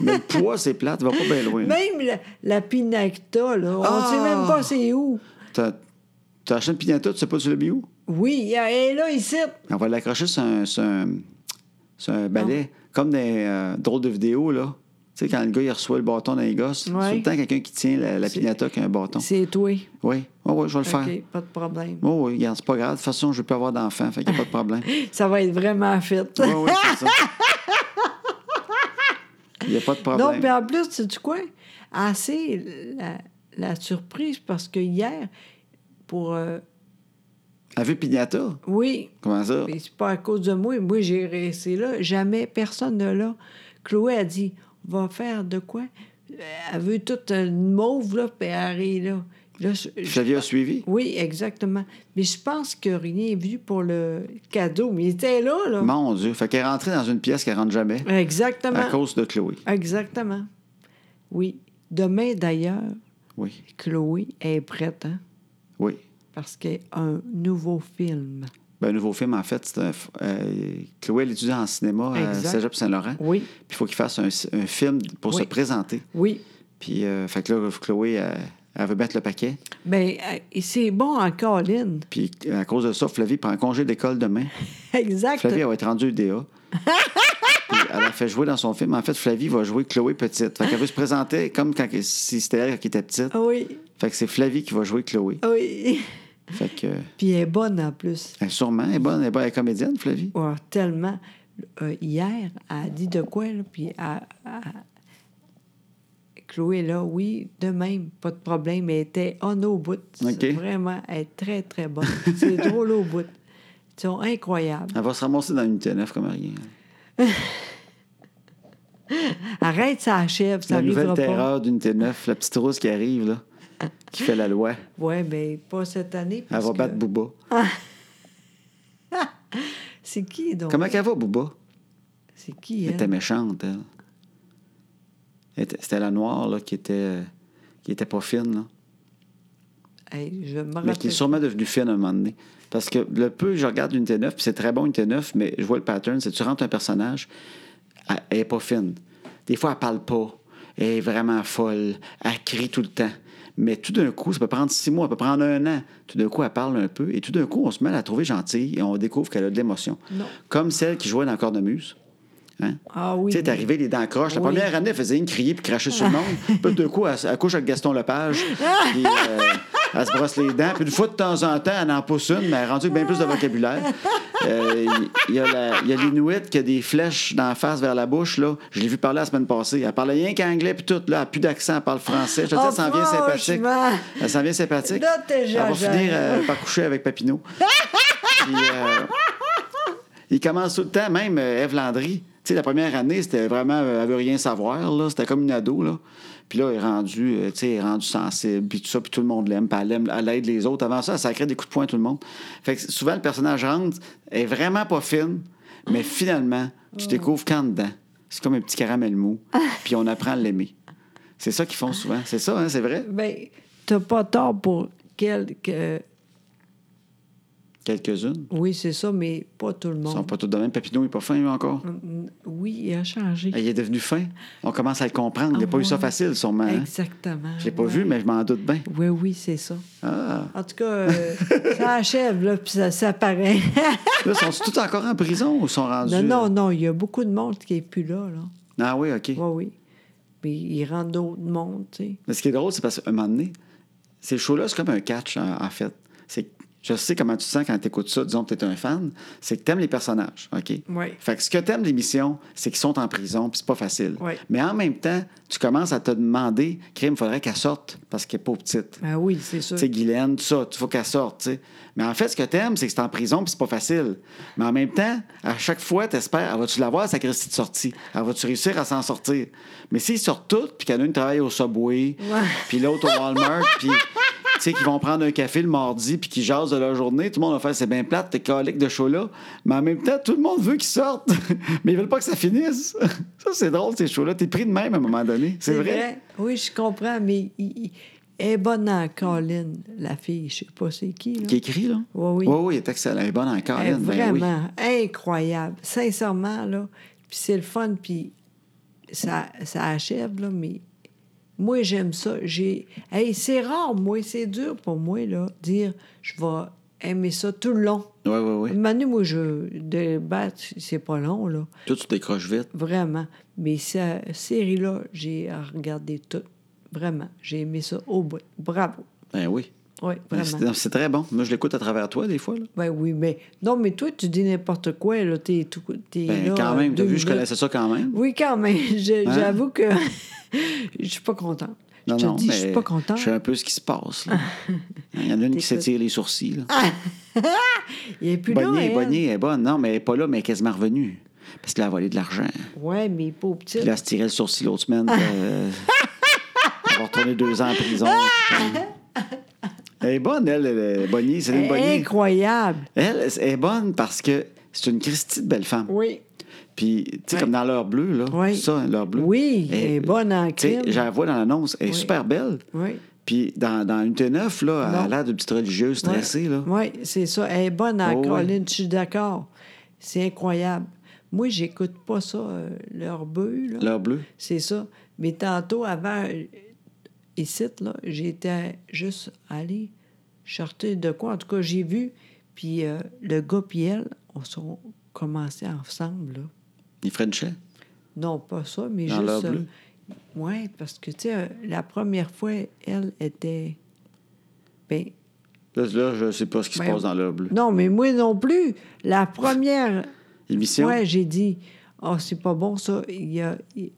Speaker 2: Mais le poids, c'est plate, va pas bien loin.
Speaker 1: Même la, la pinacta, là, on
Speaker 2: Ah!
Speaker 1: sait même pas c'est où.
Speaker 2: T'as t'as acheté une pignata, tu sais pas tu l'as mis où?
Speaker 1: Oui, elle est là, ici.
Speaker 2: On va l'accrocher sur un, sur un, sur un balai, comme des euh, drôles de vidéos, là. Tu sais, quand le gars, il reçoit le bâton dans les gosses, c'est
Speaker 1: Ouais.
Speaker 2: tout le temps quelqu'un qui tient la, la pinata qui a un bâton.
Speaker 1: C'est toi.
Speaker 2: Oui, oh, oui, je vais le faire.
Speaker 1: OK, pas de problème.
Speaker 2: Oh, oui, regarde, c'est pas grave. De toute façon, je veux plus avoir d'enfants, fait qu'il n'y a pas de
Speaker 1: <laughs>
Speaker 2: problème.
Speaker 1: Ça va être vraiment fait.
Speaker 2: Oui, oui, c'est ça. Il n'y a pas de problème.
Speaker 1: Non, puis en plus, tu sais quoi? Assez la, la surprise parce que hier, pour. euh,
Speaker 2: Elle veut pignata.
Speaker 1: oui,
Speaker 2: Comment ça?
Speaker 1: mais c'est pas à cause de moi. Moi, j'ai resté là. Jamais personne ne l'a. Chloé a dit on va faire de quoi? Elle veut toute une mauve, là, puis elle rit, là. Là, je- je-
Speaker 2: Xavier a suivi.
Speaker 1: oui, exactement. Mais je pense que rien est vu pour le cadeau. Mais il était là, là.
Speaker 2: Mon Dieu. Fait qu'elle est rentrée dans une pièce qu'elle rentre jamais à
Speaker 1: Exactement.
Speaker 2: cause de Chloé.
Speaker 1: Exactement. Oui. Demain, d'ailleurs,
Speaker 2: Oui.
Speaker 1: Chloé est prête, hein?
Speaker 2: Oui.
Speaker 1: parce qu'il y a un nouveau film.
Speaker 2: Ben, un nouveau film, en fait, c'est un f- euh, Chloé, elle étudie en cinéma à
Speaker 1: Exact.
Speaker 2: Cégep Saint-Laurent.
Speaker 1: Oui.
Speaker 2: Puis il faut qu'il fasse un, un film pour
Speaker 1: Oui.
Speaker 2: se présenter.
Speaker 1: Oui.
Speaker 2: Puis, euh, fait que là, Chloé, elle, elle veut mettre le paquet.
Speaker 1: Mais Ben, euh, c'est bon en colline.
Speaker 2: Puis, à cause de ça, Flavie prend congé d'école demain.
Speaker 1: <laughs> Exact.
Speaker 2: Flavie, elle va être
Speaker 1: <laughs>
Speaker 2: rendue DA. Puis, elle a fait jouer dans son film. En fait, Flavie va jouer Chloé petite. Fait qu'elle veut se présenter comme quand, si c'était elle qui était petite.
Speaker 1: Oui,
Speaker 2: Fait que c'est Flavie qui va jouer Chloé.
Speaker 1: oui. <laughs>
Speaker 2: Fait que, euh,
Speaker 1: Puis elle est bonne en plus.
Speaker 2: elle, sûrement, elle est bonne, elle est bonne, elle est comédienne, Flavie.
Speaker 1: Oh, tellement. Euh, hier, elle a dit de quoi, là, puis elle- elle- Chloé, là, oui, de même, pas de problème, elle était on au bout.
Speaker 2: OK.
Speaker 1: Vraiment, elle est très, très bonne. C'est
Speaker 2: <laughs>
Speaker 1: drôle au bout. Ils sont incroyables.
Speaker 2: Elle va se ramasser dans une TNF comme rien.
Speaker 1: Arrête, ça achève, ça
Speaker 2: La nouvelle
Speaker 1: arrivera pas.
Speaker 2: terreur d'unité 9, la petite rousse qui arrive, là, qui fait la loi.
Speaker 1: Oui, mais ben, pas cette année.
Speaker 2: Elle
Speaker 1: parce
Speaker 2: va
Speaker 1: que-
Speaker 2: battre Booba.
Speaker 1: C'est qui, donc?
Speaker 2: Comment qu'elle va, Booba?
Speaker 1: C'est qui,
Speaker 2: Elle
Speaker 1: elle?
Speaker 2: était méchante, elle. Elle était- C'était la noire, là, qui était, euh, qui était pas fine, là.
Speaker 1: Hey, je me
Speaker 2: Mais qui est
Speaker 1: rappelle.
Speaker 2: sûrement devenue fine à un moment donné. Parce que le peu, que je regarde une T9, puis c'est très bon une T9, mais je vois le pattern, c'est que tu rentres un personnage, elle, elle est pas fine. Des fois, elle parle pas, elle est vraiment folle, elle crie tout le temps. Mais tout d'un coup, ça peut prendre six mois, ça peut prendre un an. Tout d'un coup, elle parle un peu, et tout d'un coup, on se met à la trouver gentille, et on découvre qu'elle a de l'émotion.
Speaker 1: Non.
Speaker 2: Comme celle qui jouait dans Cornemuse. Hein?
Speaker 1: Ah oui.
Speaker 2: Tu sais, t'es arrivé les dents croches. La
Speaker 1: Oui.
Speaker 2: première année, elle faisait une crier puis cracher sur le
Speaker 1: <laughs>
Speaker 2: monde. Puis de coup, elle, s- elle couche avec Gaston Lepage. Puis euh, elle se brosse les dents. Puis une fois de temps en temps, elle en pousse une, mais elle a rendu avec bien plus de vocabulaire. Euh, Il y a la- il y a l'Inuit qui a des flèches dans la face vers la bouche. Là. Je l'ai vu parler la semaine passée. Elle parlait rien qu'anglais puis tout. Là. Elle n'a plus d'accent, elle parle français. Je te dis, elle s'en
Speaker 1: Oh,
Speaker 2: vient sympathique.
Speaker 1: franchement.
Speaker 2: Elle s'en vient sympathique.
Speaker 1: Là, t'es
Speaker 2: elle va
Speaker 1: jaja.
Speaker 2: finir euh, par coucher
Speaker 1: <laughs>
Speaker 2: avec Papineau. Puis, euh, il commence tout le temps, même euh, Ève Landry. Tu sais, la première année, c'était vraiment, euh, elle veut rien savoir, là. C'était comme une ado, là. Puis là, elle est rendue, euh, tu sais, elle est rendue sensible, puis tout ça, puis tout le monde l'aime, puis elle aime, elle aide les autres. Avant ça, elle sacrait des coups de poing à tout le monde. Fait que souvent, le personnage rentre, elle est vraiment pas fine, mais finalement, tu découvres qu'en dedans, c'est comme un petit
Speaker 1: <laughs>
Speaker 2: caramel mou, puis on apprend à l'aimer. C'est ça qu'ils font souvent. C'est ça, hein, c'est vrai?
Speaker 1: Ben, t'as pas tort pour quelque.
Speaker 2: Quelques-unes.
Speaker 1: Oui, c'est ça, mais pas tout le
Speaker 2: Ils sont
Speaker 1: monde.
Speaker 2: pas toutes de même. Papineau, il est pas fin, lui, encore.
Speaker 1: Mm. Oui, il a changé.
Speaker 2: Il est devenu fin. On commence à le comprendre. Il n'a
Speaker 1: Ah
Speaker 2: pas eu ça
Speaker 1: ouais.
Speaker 2: facile, sûrement. hein?
Speaker 1: Exactement.
Speaker 2: Je l'ai pas
Speaker 1: ouais.
Speaker 2: vu, mais je m'en doute bien.
Speaker 1: Oui, oui, c'est ça.
Speaker 2: Ah.
Speaker 1: En tout cas,
Speaker 2: <laughs>
Speaker 1: euh, ça achève, là, puis ça, ça paraît.
Speaker 2: Là, sont-ils tous encore en prison ou sont rendus?
Speaker 1: non, non, non, il y a beaucoup de monde qui est plus là, là.
Speaker 2: Ah oui, OK.
Speaker 1: Oui, oui. Mais il rend d'autres mondes, tu sais.
Speaker 2: Mais ce qui est drôle, c'est parce qu'à un moment donné, ces shows-là, c'est comme un catch, en, en fait. C'est je sais comment tu te sens quand tu écoutes ça, disons que tu es un fan, c'est que tu aimes les personnages, OK?
Speaker 1: Oui.
Speaker 2: Fait que ce que tu aimes l'émission, c'est qu'ils sont en prison, puis c'est pas facile.
Speaker 1: Oui.
Speaker 2: Mais en même temps, tu commences à te demander, crime, faudrait qu'elle sorte parce qu'elle est pas petite.
Speaker 1: Ah oui, c'est sûr.
Speaker 2: Tu sais, Guylaine, tout ça, il faut qu'elle sorte, tu sais. Mais en fait, ce que t'aimes, c'est que c'est en prison, puis c'est pas facile. Mais en même temps, à chaque fois, t'espères, elle va-tu l'avoir, sa crise de sortie? Elle va-tu réussir à s'en sortir? Mais s'ils sortent toutes, puis qu'il y en a une qui travaille au Subway, puis l'autre au Walmart, <laughs> puis... Tu sais, qui vont prendre un café le mardi puis qui jasent de leur journée. Tout le monde va faire c'est bien plate, t'es colique de show-là. Mais en même temps, tout le monde veut qu'ils sortent. <laughs> Mais ils veulent pas que ça finisse. <laughs> Ça, c'est drôle, ces shows-là. T'es pris de même à un moment donné. C'est vrai.
Speaker 1: Oui, je comprends, mais il- il- Elle est bonne en Colline, la fille, je sais pas c'est qui. Là.
Speaker 2: Qui écrit, là?
Speaker 1: Oui, oui.
Speaker 2: Oui, oui, il est excellent. Il est bonne en
Speaker 1: Elle est
Speaker 2: Caroline. ben oui.
Speaker 1: vraiment incroyable. Sincèrement, là. Puis c'est le fun, puis ça, ça achève, là, mais moi, j'aime ça. J'ai... Hey, c'est rare, moi, c'est dur pour moi, là, dire je vais aimer ça tout le long.
Speaker 2: Oui, oui, oui.
Speaker 1: Manu, moi, je. De battre, c'est pas long, là.
Speaker 2: Toi, tu décroches vite.
Speaker 1: Vraiment. Mais cette série-là, j'ai regardé tout. Vraiment. J'ai aimé ça au bout. Bravo.
Speaker 2: Ben oui.
Speaker 1: Oui,
Speaker 2: Ben,
Speaker 1: vraiment.
Speaker 2: c'est- C'est très bon. Moi, je l'écoute à travers toi, des fois. Là.
Speaker 1: Ben oui, mais. Non, mais toi, tu dis n'importe quoi, là. T'es tout. t'es
Speaker 2: Ben,
Speaker 1: là,
Speaker 2: quand même,
Speaker 1: euh,
Speaker 2: t'as
Speaker 1: deux
Speaker 2: vu, je
Speaker 1: minutes.
Speaker 2: connaissais ça quand même.
Speaker 1: Oui, quand même. <laughs> Je-
Speaker 2: Hein?
Speaker 1: J'avoue que. <laughs> Je suis pas contente. Je
Speaker 2: Non,
Speaker 1: te
Speaker 2: non,
Speaker 1: dis, je
Speaker 2: mais
Speaker 1: suis pas contente.
Speaker 2: Je sais un peu ce qui se
Speaker 1: <laughs>
Speaker 2: passe. là. Il y en a une qui
Speaker 1: T'écoutes.
Speaker 2: s'étire les sourcils. là.
Speaker 1: Il est plus là.
Speaker 2: Bonnier,
Speaker 1: elle.
Speaker 2: Bonnier, elle est bonne. Non, mais elle n'est pas là, mais elle est quasiment revenue. Parce qu'elle a volé de l'argent.
Speaker 1: Ouais, mais pauvre
Speaker 2: Puis
Speaker 1: petite.
Speaker 2: là, elle se tirait le sourcil l'autre semaine.
Speaker 1: Ah.
Speaker 2: puis, euh, elle va retourner deux ans en prison. Elle est bonne, elle, elle, Bonnier.
Speaker 1: Elle
Speaker 2: Céline
Speaker 1: est
Speaker 2: Bonnier.
Speaker 1: Incroyable.
Speaker 2: Elle, elle est bonne parce que c'est une Christie de belle femme.
Speaker 1: Oui.
Speaker 2: Puis, tu sais,
Speaker 1: Ouais.
Speaker 2: comme dans l'heure bleue, là.
Speaker 1: Oui.
Speaker 2: Ça, hein, l'heure bleue.
Speaker 1: Oui, elle est bonne en
Speaker 2: tu sais,
Speaker 1: crime.
Speaker 2: Je la vois dans l'annonce. Elle est
Speaker 1: Oui.
Speaker 2: super belle.
Speaker 1: Oui.
Speaker 2: Puis, dans, dans une T9, là, elle a
Speaker 1: Non.
Speaker 2: l'air d'une petite religieuse stressée, là.
Speaker 1: Oui, c'est ça. Elle est bonne en
Speaker 2: Oh, oui.
Speaker 1: colline, je suis d'accord. C'est incroyable. Moi, j'écoute pas ça, euh, leur bœuf, là.
Speaker 2: L'heure bleue.
Speaker 1: C'est ça. Mais tantôt, avant, euh, ici, là, j'étais juste allée chercher de quoi. En tout cas, j'ai vu. Puis euh, le gars puis elle, on sont commencé ensemble, là.
Speaker 2: Les Frenchais.
Speaker 1: Non, pas ça, mais
Speaker 2: Dans leur
Speaker 1: juste...
Speaker 2: bleu.
Speaker 1: oui, parce que, tu sais, euh, la première fois, elle était... Ben,
Speaker 2: Là, là, je sais pas ce qui se
Speaker 1: Ben,
Speaker 2: passe dans l'heure bleue.
Speaker 1: non, mais moi non plus. La première...
Speaker 2: Émission.
Speaker 1: Ouais, j'ai dit, oh, c'est pas bon ça. Il y a- il-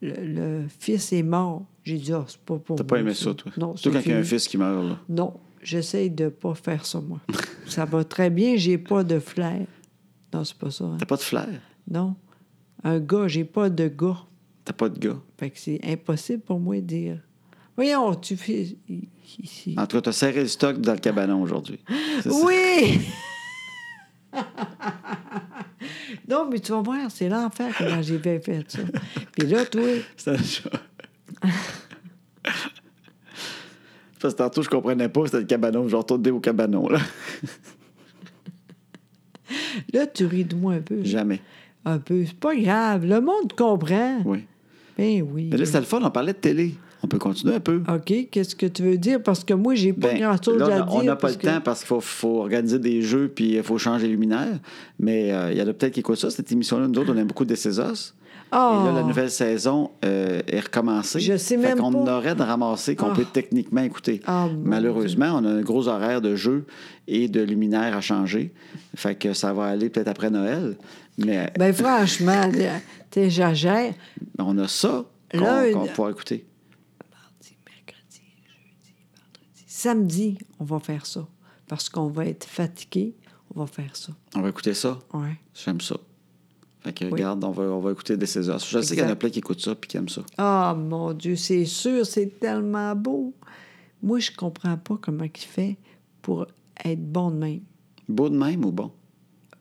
Speaker 1: le, le fils est mort. J'ai dit, oh, c'est pas pour.
Speaker 2: T'as pas
Speaker 1: moi,
Speaker 2: aimé ça, toi.
Speaker 1: Non,
Speaker 2: Surtout
Speaker 1: c'est
Speaker 2: quand il y a un
Speaker 1: fini.
Speaker 2: fils qui meurt, là.
Speaker 1: Non, j'essaye de pas faire ça,
Speaker 2: <laughs>
Speaker 1: moi. ça va très bien, j'ai pas de flair. Non, c'est pas ça. hein.
Speaker 2: T'as pas de flair.
Speaker 1: Non. Un gars, j'ai pas de gars.
Speaker 2: T'as pas de gars.
Speaker 1: Fait que c'est impossible pour moi de dire. Voyons, tu fais. i- ici.
Speaker 2: En tout cas, t'as serré le stock dans le cabanon aujourd'hui. Ah, C'est ça.
Speaker 1: Oui! <laughs> non, mais tu vas voir, c'est l'enfer comment j'ai bien fait ça. Puis là, toi,
Speaker 2: C'est
Speaker 1: <laughs>
Speaker 2: un chat. Parce que tantôt, je comprenais pas, c'était le cabanon. Je retourne au
Speaker 1: <laughs>
Speaker 2: cabanon, là.
Speaker 1: là, tu ris de moi un peu.
Speaker 2: Jamais.
Speaker 1: Un peu. C'est pas grave. Le monde comprend.
Speaker 2: Oui.
Speaker 1: Ben oui.
Speaker 2: Mais là, c'est le fun, on parlait de télé. On peut continuer un peu.
Speaker 1: OK, qu'est-ce que tu veux dire? Parce que moi, j'ai pas
Speaker 2: Ben,
Speaker 1: grand-chose
Speaker 2: là,
Speaker 1: à
Speaker 2: on-
Speaker 1: dire.
Speaker 2: on n'a pas
Speaker 1: parce
Speaker 2: le
Speaker 1: que-
Speaker 2: temps parce qu'il faut, faut organiser des jeux puis il faut changer les luminaires. Mais euh, il y en a peut-être qui écoutent ça. Cette émission-là, nous autres, on aime beaucoup des Césars.
Speaker 1: Ah!
Speaker 2: Et là, la nouvelle saison euh, est recommencée.
Speaker 1: Je sais
Speaker 2: Fait
Speaker 1: même
Speaker 2: qu'on
Speaker 1: pas.
Speaker 2: aurait de ramasser qu'on
Speaker 1: Ah.
Speaker 2: peut techniquement écouter.
Speaker 1: Ah, mon
Speaker 2: Malheureusement, on a un gros horaire de jeux et de luminaires à changer. Fait que ça va aller peut-être après Noël. Mais
Speaker 1: Ben franchement, là, t'es j'agère.
Speaker 2: on a ça qu'on
Speaker 1: Là,
Speaker 2: qu'on
Speaker 1: une-
Speaker 2: va pouvoir écouter.
Speaker 1: Mardi, mercredi, jeudi, vendredi. Samedi, on va faire ça. Parce qu'on va être fatigué, on va faire ça.
Speaker 2: On va écouter ça.
Speaker 1: Ouais.
Speaker 2: J'aime ça. Fait que regarde, on va, on va écouter des Césars. Je sais
Speaker 1: Exact.
Speaker 2: qu'il y en a plein qui écoutent ça puis qui aiment ça.
Speaker 1: Ah, mon Dieu, c'est sûr, c'est tellement beau. Moi, je comprends pas comment il fait pour être bon de même.
Speaker 2: Beau de même ou bon?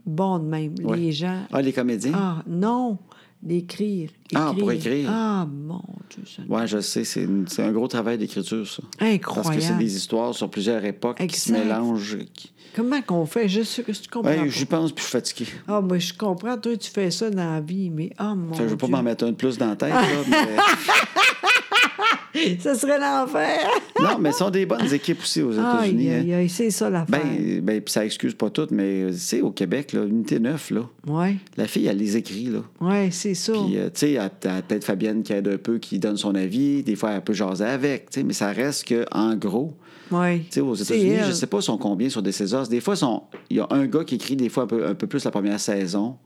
Speaker 1: Bon de même.
Speaker 2: Ouais.
Speaker 1: Les gens.
Speaker 2: Ah, les comédiens?
Speaker 1: Ah, non, d'écrire.
Speaker 2: Ah, pour écrire.
Speaker 1: Ah, mon Dieu, ça.
Speaker 2: Ouais, je sais, c'est une- c'est un gros travail d'écriture, ça. Parce que
Speaker 1: Incroyable.
Speaker 2: c'est des histoires sur plusieurs époques qui se
Speaker 1: Exact. Oh,
Speaker 2: mélangent. qui-
Speaker 1: Comment qu'on fait? Je sais que tu comprends.
Speaker 2: Ouais,
Speaker 1: pas.
Speaker 2: j'y pense puis je suis fatigué.
Speaker 1: Ah, moi, je comprends. Toi, tu fais ça dans la vie, mais ah, mon
Speaker 2: Fait que je veux pas m'en
Speaker 1: Dieu.
Speaker 2: mettre un de plus dans la tête, là,
Speaker 1: <laughs>
Speaker 2: mais...
Speaker 1: Ça serait l'enfer.
Speaker 2: Non, mais ce sont des bonnes équipes aussi aux États-Unis.
Speaker 1: Aïe,
Speaker 2: hein.
Speaker 1: aïe, aïe, c'est ça l'affaire.
Speaker 2: Ben, ben puis ça excuse pas tout, mais euh, c'est au Québec, là, Unité 9, là.
Speaker 1: Ouais,
Speaker 2: La fille, elle les écrit, là.
Speaker 1: ouais, c'est ça.
Speaker 2: Puis, euh, tu sais, à, peut-être Fabienne qui aide un peu, qui donne son avis. Des fois, elle peut jaser avec, tu sais, mais ça reste que, en gros,
Speaker 1: ouais.
Speaker 2: euh, Tu sais, aux
Speaker 1: C'est
Speaker 2: États-Unis, je
Speaker 1: elle.
Speaker 2: sais pas, ils sont combien sur des Césars. Des fois, ils sont- il y a un gars qui écrit des fois un peu, un peu plus la première saison,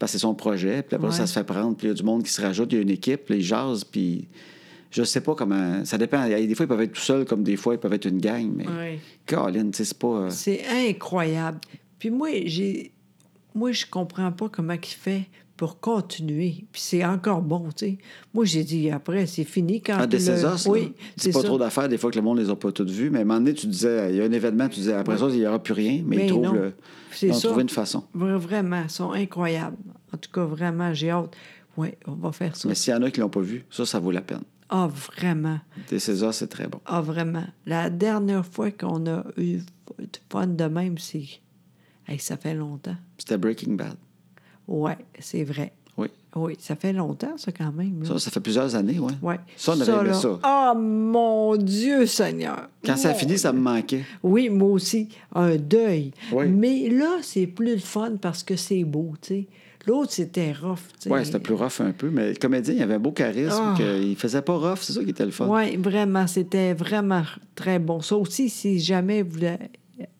Speaker 2: parce que c'est son projet, puis après,
Speaker 1: Ouais.
Speaker 2: ça se fait prendre, puis il y a du monde qui se rajoute, il y a une équipe, puis ils jasent, puis je sais pas comment. Ça dépend. Il y a- Des fois, ils peuvent être tout seuls, comme des fois, ils peuvent être une gang, mais.
Speaker 1: Ouais.
Speaker 2: Colin, tu sais, c'est pas. euh,
Speaker 1: C'est incroyable. Puis moi, j'ai moi je comprends pas comment il fait pour continuer. Puis c'est encore bon, tu sais. Moi, j'ai dit après, c'est fini quand
Speaker 2: Ah, des
Speaker 1: le-
Speaker 2: Césars,
Speaker 1: Oui,
Speaker 2: c'est
Speaker 1: c'est
Speaker 2: pas
Speaker 1: ça.
Speaker 2: trop d'affaires, des fois que le monde les a pas toutes vues, mais à un moment donné, tu disais, il y a un événement, tu disais, après ça, il y aura plus rien, mais,
Speaker 1: Ben
Speaker 2: ils
Speaker 1: non.
Speaker 2: trouvent le-
Speaker 1: C'est
Speaker 2: ils ont
Speaker 1: ça.
Speaker 2: trouvé une façon.
Speaker 1: Vra- Vraiment, ils sont incroyables. En tout cas, vraiment, j'ai hâte. Oui, on va faire ça.
Speaker 2: Mm. Mais s'il y en a qui l'ont pas vu, ça, ça vaut la peine.
Speaker 1: Ah, vraiment.
Speaker 2: Des Césars, c'est très bon.
Speaker 1: Ah, vraiment. La dernière fois qu'on a eu du fun de même, c'est. Hey, ça fait longtemps.
Speaker 2: C'était Breaking Bad.
Speaker 1: Oui, c'est vrai.
Speaker 2: Oui.
Speaker 1: Oui, ça fait longtemps, ça, quand même. là.
Speaker 2: Ça, ça fait plusieurs années, ouais.
Speaker 1: Mm. Ouais.
Speaker 2: Ça, on avait aimé
Speaker 1: là.
Speaker 2: ça.
Speaker 1: Ah, mon Dieu, Seigneur.
Speaker 2: Quand ça a
Speaker 1: Mon-
Speaker 2: fini, ça me manquait.
Speaker 1: Oui, moi aussi, un deuil.
Speaker 2: Oui.
Speaker 1: Mais là, c'est plus le fun parce que c'est beau, tu sais. L'autre, c'était rough, tu sais.
Speaker 2: Ouais, c'était plus rough un peu, mais le comédien, il avait un beau charisme,
Speaker 1: Ah.
Speaker 2: que- il faisait pas rough, c'est ça qui était le fun.
Speaker 1: Oui, vraiment, c'était vraiment très bon. Ça aussi, si jamais vous la-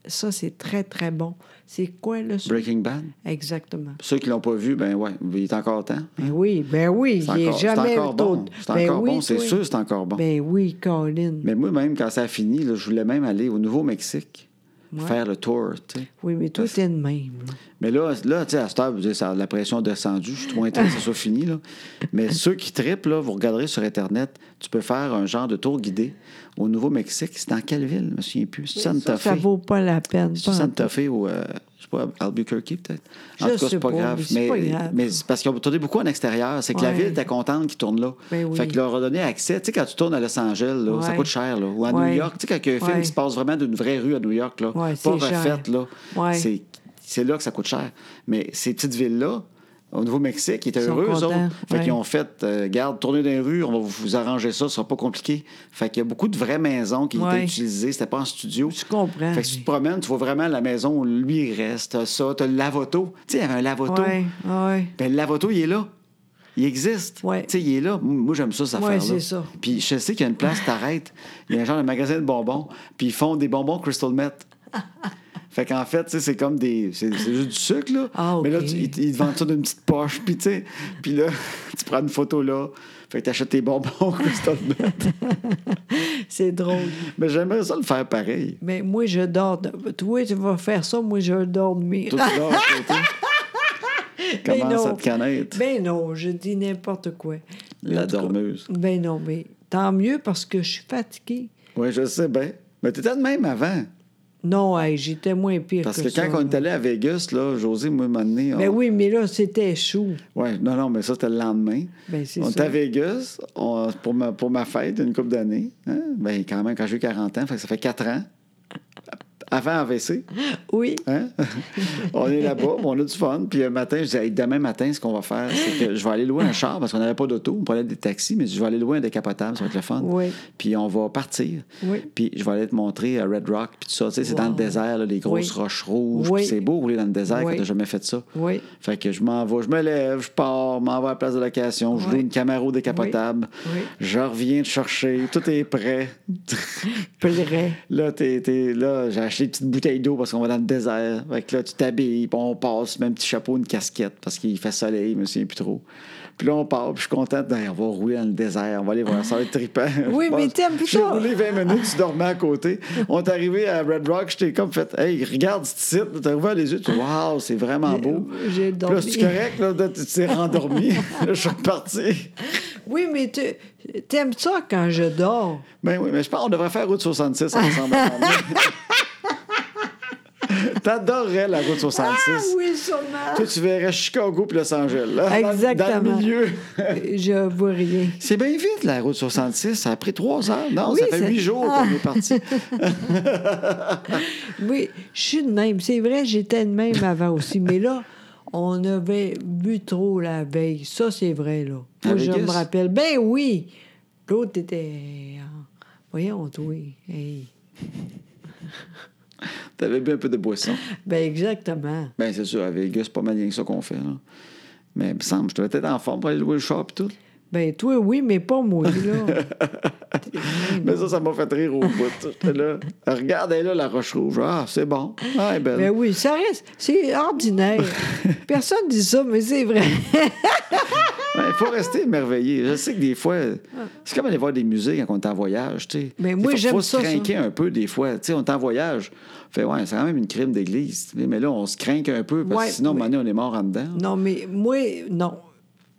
Speaker 1: Ça, c'est très, très bon. C'est quoi, là? ça?
Speaker 2: Breaking Bad.
Speaker 1: Exactement.
Speaker 2: Ceux qui l'ont pas vu, ben ouais, il est encore temps.
Speaker 1: Ben oui, ben oui,
Speaker 2: C'est
Speaker 1: il est
Speaker 2: encore, c'est
Speaker 1: jamais
Speaker 2: encore bon.
Speaker 1: tôt-
Speaker 2: C'est
Speaker 1: Ben
Speaker 2: encore
Speaker 1: oui,
Speaker 2: bon, c'est
Speaker 1: toi.
Speaker 2: sûr, c'est encore bon.
Speaker 1: Ben oui, Colin.
Speaker 2: Mais moi-même, quand ça a fini, là, je voulais même aller au Nouveau-Mexique,
Speaker 1: Ouais.
Speaker 2: faire le tour. tu sais.
Speaker 1: Oui, mais toi, t'es de même. là.
Speaker 2: Mais là, là tu sais, à cette heure, vous dites, ça- la pression a descendu. Je suis trop intense, ça soit fini. Là. Mais ceux qui trippent, là, vous regarderez sur Internet, tu peux faire un genre de tour guidé au Nouveau-Mexique. C'est dans quelle ville? Je me souviens plus. C'est Santa
Speaker 1: Ça, ça
Speaker 2: Fe.
Speaker 1: vaut pas la peine.
Speaker 2: C'est
Speaker 1: pas en
Speaker 2: Santa Fe ou, euh, je sais pas, Albuquerque, peut-être. En
Speaker 1: Je
Speaker 2: tout cas,
Speaker 1: sais
Speaker 2: c'est pas,
Speaker 1: pas,
Speaker 2: grave.
Speaker 1: mais c'est
Speaker 2: Mais,
Speaker 1: pas grave.
Speaker 2: mais c'est parce qu'ils ont tourné beaucoup en extérieur. C'est que la
Speaker 1: Ouais.
Speaker 2: ville était contente qu'ils tournent là.
Speaker 1: Ben oui.
Speaker 2: Fait qu'ils leur ont donné accès. Tu sais, quand tu tournes à Los Angeles, là, ça
Speaker 1: Ouais.
Speaker 2: coûte cher. Là. Ou à
Speaker 1: Ouais.
Speaker 2: New York, tu sais, quand il y a un film
Speaker 1: Ouais.
Speaker 2: qui se passe vraiment d'une vraie rue à New York, là,
Speaker 1: Ouais,
Speaker 2: pas
Speaker 1: c'est cher.
Speaker 2: refaite, là,
Speaker 1: Ouais.
Speaker 2: c'est, c'est là que ça coûte cher. Mais ces petites villes-là, au Nouveau-Mexique, ils étaient
Speaker 1: Ils sont
Speaker 2: heureux, eux
Speaker 1: contents,
Speaker 2: autres. Fait
Speaker 1: ouais.
Speaker 2: qu'ils ont fait, euh, garde, tournez dans les rues, on va vous- vous arranger ça, ce sera pas compliqué. Fait qu'il y a beaucoup de vraies maisons qui étaient
Speaker 1: Ouais.
Speaker 2: utilisées, c'était pas en studio.
Speaker 1: Je comprends,
Speaker 2: Fait que si tu
Speaker 1: mais-
Speaker 2: te promènes, tu vois vraiment la maison où lui il reste, t'as ça, t'as le lavoto. Tu sais, il y avait un lavoto.
Speaker 1: Ouais, ouais.
Speaker 2: Ben, le lavoto, il est là. Il existe.
Speaker 1: Ouais.
Speaker 2: Tu sais, il est là. M- Moi, j'aime ça, cette
Speaker 1: Ouais,
Speaker 2: affaire-là.
Speaker 1: c'est ça.
Speaker 2: Puis je sais qu'il y a une place, t'arrêtes. Il y a un genre de magasin de bonbons. Puis ils font des bonbons
Speaker 1: <laughs>
Speaker 2: Crystal Meth. Fait qu'en fait, tu sais, c'est comme des. C'est c'est juste du sucre, là.
Speaker 1: Ah, ok.
Speaker 2: Mais là, tu- ils, ils te vendent ça d'une petite poche. Puis, tu sais, puis là, <laughs> tu prends une photo là. Fait que t'achètes tes bonbons <laughs> Crystal Meth.
Speaker 1: C'est drôle.
Speaker 2: Mais j'aimerais ça le faire pareil.
Speaker 1: Mais moi, je dors. de- Toi, tu vas faire ça, moi, je dors de mes-
Speaker 2: Toi, tu dors à côté.
Speaker 1: <laughs> Ben
Speaker 2: Commence
Speaker 1: non.
Speaker 2: à te connaître.
Speaker 1: Ben non, je dis n'importe quoi.
Speaker 2: La
Speaker 1: En tout cas,
Speaker 2: dormeuse.
Speaker 1: Ben non, mais tant mieux parce que je suis fatiguée.
Speaker 2: Oui, je sais bien. Mais t'étais de même avant.
Speaker 1: Non, hey, j'étais moins pire
Speaker 2: Parce
Speaker 1: que,
Speaker 2: que,
Speaker 1: ça.
Speaker 2: quand on est allé à Vegas, là, José, moi, un moment donné, on-
Speaker 1: Ben oui, mais là, c'était chou.
Speaker 2: Ouais, non, non, mais ça, c'était le lendemain.
Speaker 1: Ben, c'est
Speaker 2: on
Speaker 1: ça.
Speaker 2: était à Vegas on- pour, ma, pour ma fête, une couple d'années. hein. Ben, quand même, quand j'ai eu 40 ans, fait que ça fait 4 ans. Avant AVC.
Speaker 1: Oui.
Speaker 2: Hein? <laughs> on est là-bas, puis on a du fun. Puis un matin, je disais, Hey, demain matin, ce qu'on va faire, c'est que je vais aller
Speaker 1: <laughs>
Speaker 2: louer un char parce qu'on n'avait pas d'auto, on prenait des taxis, mais je vais aller louer un décapotable, ça va être le fun.
Speaker 1: Oui.
Speaker 2: Puis on va partir.
Speaker 1: Oui.
Speaker 2: Puis je vais aller te montrer à Red Rock, puis tout ça. Tu sais, c'est dans le
Speaker 1: Wow.
Speaker 2: désert, là, les grosses
Speaker 1: Oui.
Speaker 2: roches rouges.
Speaker 1: Oui.
Speaker 2: puis C'est beau rouler dans le désert quand
Speaker 1: Oui.
Speaker 2: t'as jamais fait ça.
Speaker 1: Oui.
Speaker 2: Fait que je m'en vais, je me lève, je pars, m'en vais à la place de location, je
Speaker 1: Oui.
Speaker 2: loue une Camaro décapotable,
Speaker 1: Oui.
Speaker 2: je reviens te chercher, tout est prêt.
Speaker 1: Plairait.
Speaker 2: Là, t'es- t'es- là j'ai acheté une petite bouteille d'eau parce qu'on va dans le désert. Fait que là, tu t'habilles, puis on passe, même petit chapeau, une casquette, parce qu'il fait soleil, je me souviens plus trop. Puis là, on part, puis je suis content, d'aller on va rouler dans le désert, on va aller voir ça, va être trippant.
Speaker 1: <laughs> Oui,
Speaker 2: Je pense-
Speaker 1: mais t'aimes plus
Speaker 2: J'ai
Speaker 1: ça.
Speaker 2: roulé 20 minutes, tu dormais
Speaker 1: <laughs>
Speaker 2: à côté. On est arrivé à Red Rock, j'étais comme fait, hey, regarde ce site, t'as ouvert les yeux, tu dis, waouh, c'est vraiment beau.
Speaker 1: J'ai
Speaker 2: Puis là,
Speaker 1: dormi.
Speaker 2: c'est correct, là, tu
Speaker 1: <laughs>
Speaker 2: t'es rendormi. Là, je suis reparti.
Speaker 1: Oui, mais tu- t'aimes ça quand je dors.
Speaker 2: Ben oui, mais je pense qu'on devrait faire Route
Speaker 1: <laughs>
Speaker 2: 66 ensemble. T'adorerais la Route 66.
Speaker 1: Ah oui, sûrement.
Speaker 2: Toi, tu verrais Chicago puis Los Angeles. là, dans- Dans, le
Speaker 1: Exactement.
Speaker 2: milieu.
Speaker 1: je vois rien.
Speaker 2: C'est bien vite, la Route 66. Ça a pris trois heures. Non, ça
Speaker 1: Oui,
Speaker 2: fait
Speaker 1: c'est- Ah.
Speaker 2: huit jours qu'on est parti.
Speaker 1: Oui, je suis de même. C'est vrai, j'étais de même avant aussi. Mais là, on avait bu trop la veille. Ça, c'est vrai, là.
Speaker 2: À
Speaker 1: Moi, je
Speaker 2: Vegas?
Speaker 1: me rappelle. Ben oui! L'autre était... en- Voyons, toi. hey.
Speaker 2: T'avais bu un peu de boisson.
Speaker 1: Ben exactement.
Speaker 2: Ben c'est sûr, à Vegas, c'est pas mal rien que ça qu'on fait. Là. Mais il me semble, je devais être en forme pour aller louer le char et tout.
Speaker 1: Ben toi, oui, mais pas moi, là.
Speaker 2: Mais ça, ça m'a fait rire au bout. J'étais là, regarde, elle est là, la roche rouge. Ah, c'est bon. Ah, elle est belle.
Speaker 1: ben oui, ça reste... C'est ordinaire. Personne dit ça, mais c'est vrai.
Speaker 2: Ben, Il faut rester émerveillé. Je sais que des fois, c'est comme aller voir des musées quand on est en voyage. tu sais.
Speaker 1: Mais
Speaker 2: Des
Speaker 1: Ben, moi,
Speaker 2: fois,
Speaker 1: j'aime
Speaker 2: faut se
Speaker 1: ça, ça.
Speaker 2: craquer un peu des fois. Tu sais, on est en voyage. Fait, ouais, c'est quand même une crime d'église. Mais mais là, on se craque un peu parce
Speaker 1: Ouais,
Speaker 2: que sinon, à un
Speaker 1: oui.
Speaker 2: moment donné, on est mort en dedans.
Speaker 1: non, mais moi, non.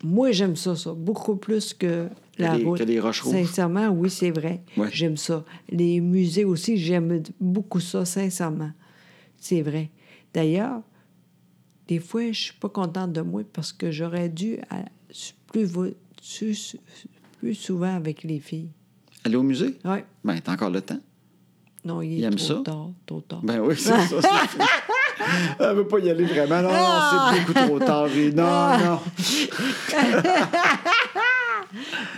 Speaker 1: Moi, j'aime ça, ça. Beaucoup plus que la
Speaker 2: Que les-
Speaker 1: route.
Speaker 2: que les roches rouges.
Speaker 1: Sincèrement, oui, c'est vrai.
Speaker 2: Ouais.
Speaker 1: J'aime ça. Les musées aussi, j'aime beaucoup ça, sincèrement. C'est vrai. D'ailleurs, des fois, je suis pas contente de moi parce que j'aurais dû à- plus, vo- su- su- plus souvent avec les filles.
Speaker 2: Aller au musée?
Speaker 1: Oui.
Speaker 2: Ben, t'as encore le temps.
Speaker 1: Non, il est
Speaker 2: Il aime
Speaker 1: trop
Speaker 2: ça?
Speaker 1: tard, trop tard.
Speaker 2: Ben oui, c'est ça.
Speaker 1: <laughs>
Speaker 2: c'est- Elle veut pas y aller vraiment. Non,
Speaker 1: Ah!
Speaker 2: non, c'est beaucoup trop tard. Et Non, non.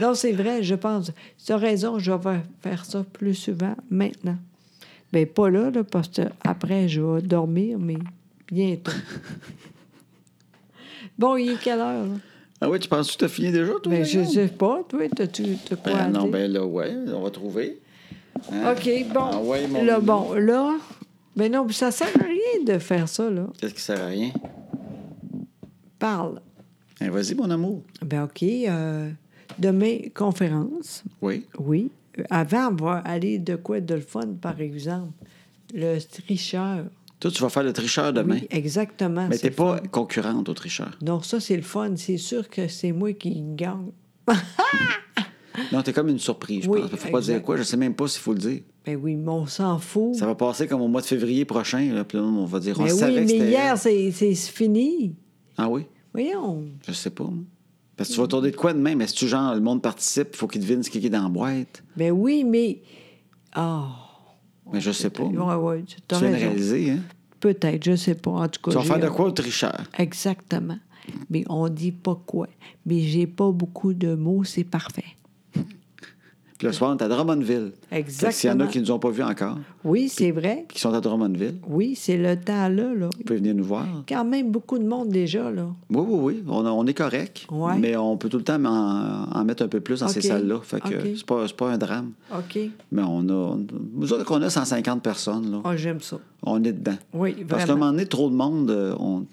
Speaker 1: Non, c'est vrai, je pense. Tu as raison, je vais faire ça plus souvent maintenant. Mais pas là, là, parce que après, je vais dormir, mais <laughs> bientôt. bon, il est quelle heure? Là?
Speaker 2: Ah oui, tu penses que tu as fini déjà, toi?
Speaker 1: Ben, je
Speaker 2: Marianne?
Speaker 1: sais pas, toi, t'as-tu t'as quoi à
Speaker 2: Ben non,
Speaker 1: dire?
Speaker 2: ben là, ouais, on va trouver. Hein?
Speaker 1: OK, bon.
Speaker 2: Ah ouais, mon
Speaker 1: là,
Speaker 2: Lulu.
Speaker 1: bon, là... Mais non, ça sert à rien de faire ça, là.
Speaker 2: Qu'est-ce qui sert à rien?
Speaker 1: Parle.
Speaker 2: Ben, vas-y, mon amour.
Speaker 1: Ben OK, euh, demain, conférence.
Speaker 2: Oui.
Speaker 1: Oui. Euh, Avant, on va aller de quoi de le fun, par exemple. Le tricheur.
Speaker 2: Toi, tu vas faire le tricheur demain.
Speaker 1: Oui, <laughs> exactement.
Speaker 2: Mais
Speaker 1: c'est
Speaker 2: t'es
Speaker 1: le
Speaker 2: pas
Speaker 1: fun.
Speaker 2: concurrente au tricheur.
Speaker 1: Non, ça, c'est le fun. C'est sûr que c'est moi qui gagne.
Speaker 2: Non, t'es comme une surprise, je
Speaker 1: Oui,
Speaker 2: pense. Faut pas
Speaker 1: exact.
Speaker 2: dire quoi, je sais même pas s'il faut le dire.
Speaker 1: Ben oui, mais on s'en fout.
Speaker 2: Ça va passer comme au mois de février prochain, là, puis là, on va dire, on
Speaker 1: Ben
Speaker 2: savait
Speaker 1: oui,
Speaker 2: que
Speaker 1: mais
Speaker 2: c'était
Speaker 1: hier,
Speaker 2: elle.
Speaker 1: c'est c'est fini.
Speaker 2: Ah oui?
Speaker 1: Voyons.
Speaker 2: Je sais pas, moi. Parce que tu vas tourner de quoi demain? Mais si tu genre, le monde participe, il faut qu'il devine ce qui est dans la boîte.
Speaker 1: Ben oui, mais... Ah...
Speaker 2: Mais je sais pas.
Speaker 1: Oui,
Speaker 2: moi.
Speaker 1: oui, tu
Speaker 2: Tu
Speaker 1: t'as
Speaker 2: viens de
Speaker 1: raison. hein.
Speaker 2: réaliser, hein?
Speaker 1: Peut-être, je sais pas. En tout cas,
Speaker 2: Tu vas
Speaker 1: j'ai-
Speaker 2: faire de quoi au tricheur?
Speaker 1: Exactement. Mais on dit pas quoi. Mais j'ai pas beaucoup de mots, c'est parfait.
Speaker 2: Puis le soir, on est à Drummondville. Fait que S'il y en a
Speaker 1: Exactement.
Speaker 2: qui ne nous ont pas vus encore,
Speaker 1: Oui, c'est vrai.
Speaker 2: qui sont à Drummondville, vous
Speaker 1: Oui, c'est le temps-là, là.
Speaker 2: pouvez venir nous voir.
Speaker 1: Quand même beaucoup de monde déjà, là.
Speaker 2: Oui, oui, oui. On, a- on est correct.
Speaker 1: Ouais.
Speaker 2: Mais on peut tout le temps en, en mettre un peu plus dans ces
Speaker 1: OK.
Speaker 2: salles-là. Fait que
Speaker 1: OK.
Speaker 2: c'est pas, c'est pas un drame.
Speaker 1: OK.
Speaker 2: Mais on a. on- nous autres, qu'on a 150 personnes, là,
Speaker 1: Oh, j'aime ça.
Speaker 2: on est dedans.
Speaker 1: Oui,
Speaker 2: Parce qu'à un
Speaker 1: vraiment.
Speaker 2: moment donné, trop de monde, euh, on.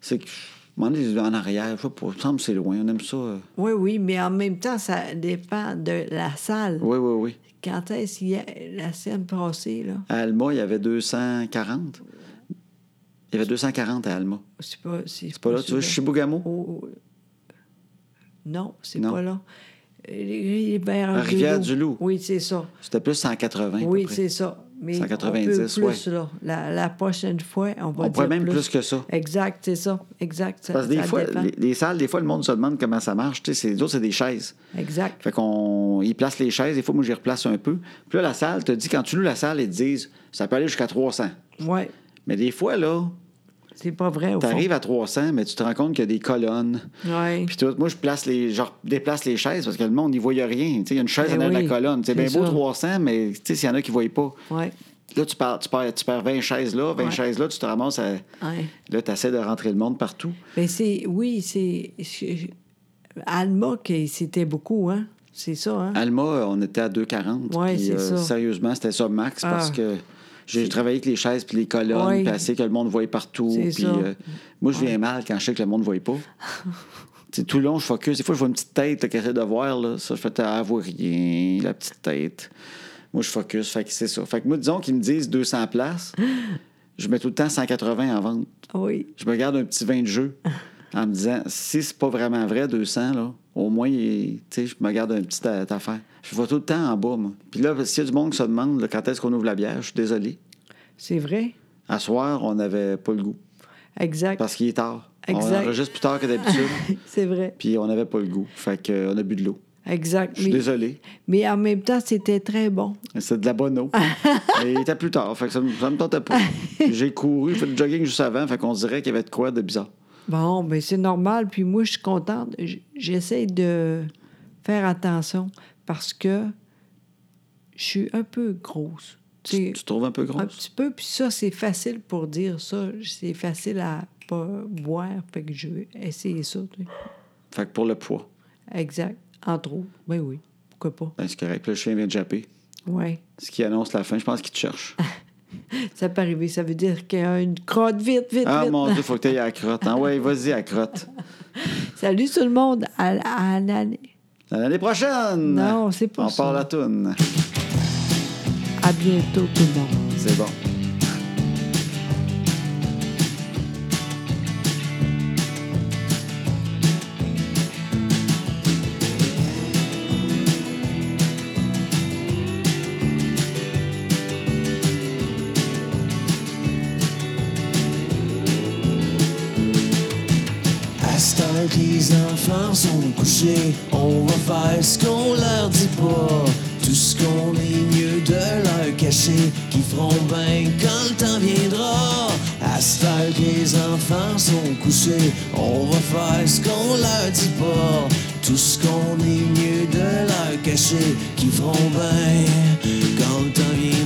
Speaker 2: C'est que. à un moment donné, en arrière, je sais pas, il me semble que c'est loin. On aime ça. euh.
Speaker 1: Oui, oui, mais en même temps, ça dépend de la salle.
Speaker 2: Oui, oui, oui.
Speaker 1: Quand est-ce qu'il y a la scène passée, là?
Speaker 2: À Alma, il y avait 240. Il y avait 240 à Alma.
Speaker 1: C'est pas... C'est
Speaker 2: C'est pas là, tu vois, Chibougamau.
Speaker 1: Oh, oh. Non, c'est
Speaker 2: Non.
Speaker 1: pas là. Les vers
Speaker 2: Rivière-du-Loup.
Speaker 1: Oui, c'est ça.
Speaker 2: C'était plus 180. à peu
Speaker 1: Oui,
Speaker 2: près.
Speaker 1: c'est ça. Mais
Speaker 2: 190,
Speaker 1: on peut plus, là. La, la prochaine fois, on va
Speaker 2: On pourrait
Speaker 1: dire
Speaker 2: même plus que ça.
Speaker 1: Exact, c'est ça. Exact. ça-
Speaker 2: Parce que des
Speaker 1: ça
Speaker 2: fois,
Speaker 1: dépend.
Speaker 2: les, les salles, des fois, le monde se demande comment ça marche. Tu sais, c'est- les autres, c'est des chaises.
Speaker 1: Exact.
Speaker 2: Fait qu'on. Ils placent les chaises. Des fois, moi, j'y replace un peu. Puis là, la salle te dit, quand tu loues la salle, ils te disent, ça peut aller jusqu'à 300.
Speaker 1: Oui,
Speaker 2: Mais des fois, là,
Speaker 1: c'est pas vrai, au fond.
Speaker 2: t'arrives à 300, mais tu te rends compte qu'il y a des colonnes.
Speaker 1: Ouais.
Speaker 2: Puis tout, moi, je place les, je déplace les chaises parce que le monde, n'y voyait rien. Tu sais, Il y a une chaise
Speaker 1: Ben
Speaker 2: en arrière de
Speaker 1: oui,
Speaker 2: la colonne. C'est bien
Speaker 1: c'est
Speaker 2: beau
Speaker 1: ça.
Speaker 2: 300, mais tu sais, s'il y en a qui ne voient pas,
Speaker 1: Ouais.
Speaker 2: là, tu perds, tu, perds, tu perds 20 chaises là, 20
Speaker 1: Ouais.
Speaker 2: chaises là, tu te ramasses à.
Speaker 1: Ouais.
Speaker 2: Là, tu essaies de rentrer le monde partout.
Speaker 1: Ben, c'est... Oui, c'est... je- Alma, qui- c'était beaucoup, hein? C'est ça, hein?
Speaker 2: Alma, euh, on était à 2,40.
Speaker 1: Ouais,
Speaker 2: puis,
Speaker 1: c'est
Speaker 2: euh,
Speaker 1: ça.
Speaker 2: Sérieusement, c'était ça max
Speaker 1: Ah.
Speaker 2: parce que j'ai travaillé avec les chaises puis les colonnes,
Speaker 1: Ouais.
Speaker 2: puis assez que le monde voyait partout.
Speaker 1: C'est
Speaker 2: Puis
Speaker 1: ça.
Speaker 2: euh, moi, je viens mal quand je sais que le monde ne
Speaker 1: <laughs>
Speaker 2: voyait pas. Tu sais, tout le long, je focus. Des fois, je vois une petite tête là, qui essaie de voir. Là. Ça, je fais, ah, elle voit rien, la petite tête. Moi, je focus. Fait que c'est ça. Fait que moi, disons qu'ils me disent 200 places, je mets tout le temps 180 en vente.
Speaker 1: Ah Oui.
Speaker 2: Je me garde un petit vin
Speaker 1: <laughs>
Speaker 2: de jeu en me disant si c'est pas vraiment vrai 200 là, au moins il- tu sais je me garde une petite a- affaire. Je vois tout le temps en bas moi. Puis là s'il y a du monde qui se demande là, quand est-ce qu'on ouvre la bière, je suis désolé.
Speaker 1: C'est vrai.
Speaker 2: À soir, on n'avait pas le goût
Speaker 1: Exact. <laughs>
Speaker 2: parce qu'il est tard.
Speaker 1: Exact.
Speaker 2: On enregistre plus tard
Speaker 1: <laughs>
Speaker 2: que d'habitude,
Speaker 1: C'est vrai.
Speaker 2: puis on n'avait pas le goût. Fait que euh, on a bu de l'eau.
Speaker 1: Exact.
Speaker 2: Je suis
Speaker 1: Mais,
Speaker 2: désolé.
Speaker 1: mais en même temps, c'était très bon.
Speaker 2: C'est de la bonne
Speaker 1: <laughs>
Speaker 2: eau. Mais il était plus tard, fait que ça, me- ça me tentait pas. J'ai couru, fait du jogging juste avant, fait qu'on dirait qu'il y avait de quoi de bizarre.
Speaker 1: Bon, ben c'est normal. Puis moi, je suis contente. J- J'essaie de faire attention parce que je suis un peu grosse. Tu sais,
Speaker 2: Tu, tu te trouves un peu
Speaker 1: un
Speaker 2: grosse?
Speaker 1: petit peu. Puis ça, c'est facile pour dire ça. C'est facile à pas boire. Fait que je vais essayer ça. tu sais.
Speaker 2: Fait que pour le poids.
Speaker 1: Exact. Entre autres. Ben oui. Pourquoi pas?
Speaker 2: Ben, c'est correct. Puis Le chien vient de japper.
Speaker 1: Oui.
Speaker 2: Ce qui annonce la fin, je pense qu'il te cherche.
Speaker 1: Ça peut arriver. Ça veut dire qu'il y a une crotte. Vite, vite,
Speaker 2: Ah
Speaker 1: vite.
Speaker 2: mon Dieu, faut que tu ailles à la crotte. Hein? Ouais, vas-y à la crotte.
Speaker 1: Salut tout le monde. À, à l'année.
Speaker 2: À l'année prochaine!
Speaker 1: Non, c'est pas
Speaker 2: On
Speaker 1: ça.
Speaker 2: part la toune.
Speaker 1: À bientôt tout le monde.
Speaker 2: C'est bon.
Speaker 3: I À ce temps que les enfants sont couchés, on va faire ce qu'on leur dit pas. Tout ce qu'on est mieux de leur cacher, qui feront bien quand le temps viendra. À ce temps que les enfants sont couchés, on va faire ce qu'on leur dit pas. Tout ce qu'on est mieux de leur cacher, qui feront bien quand le temps viendra.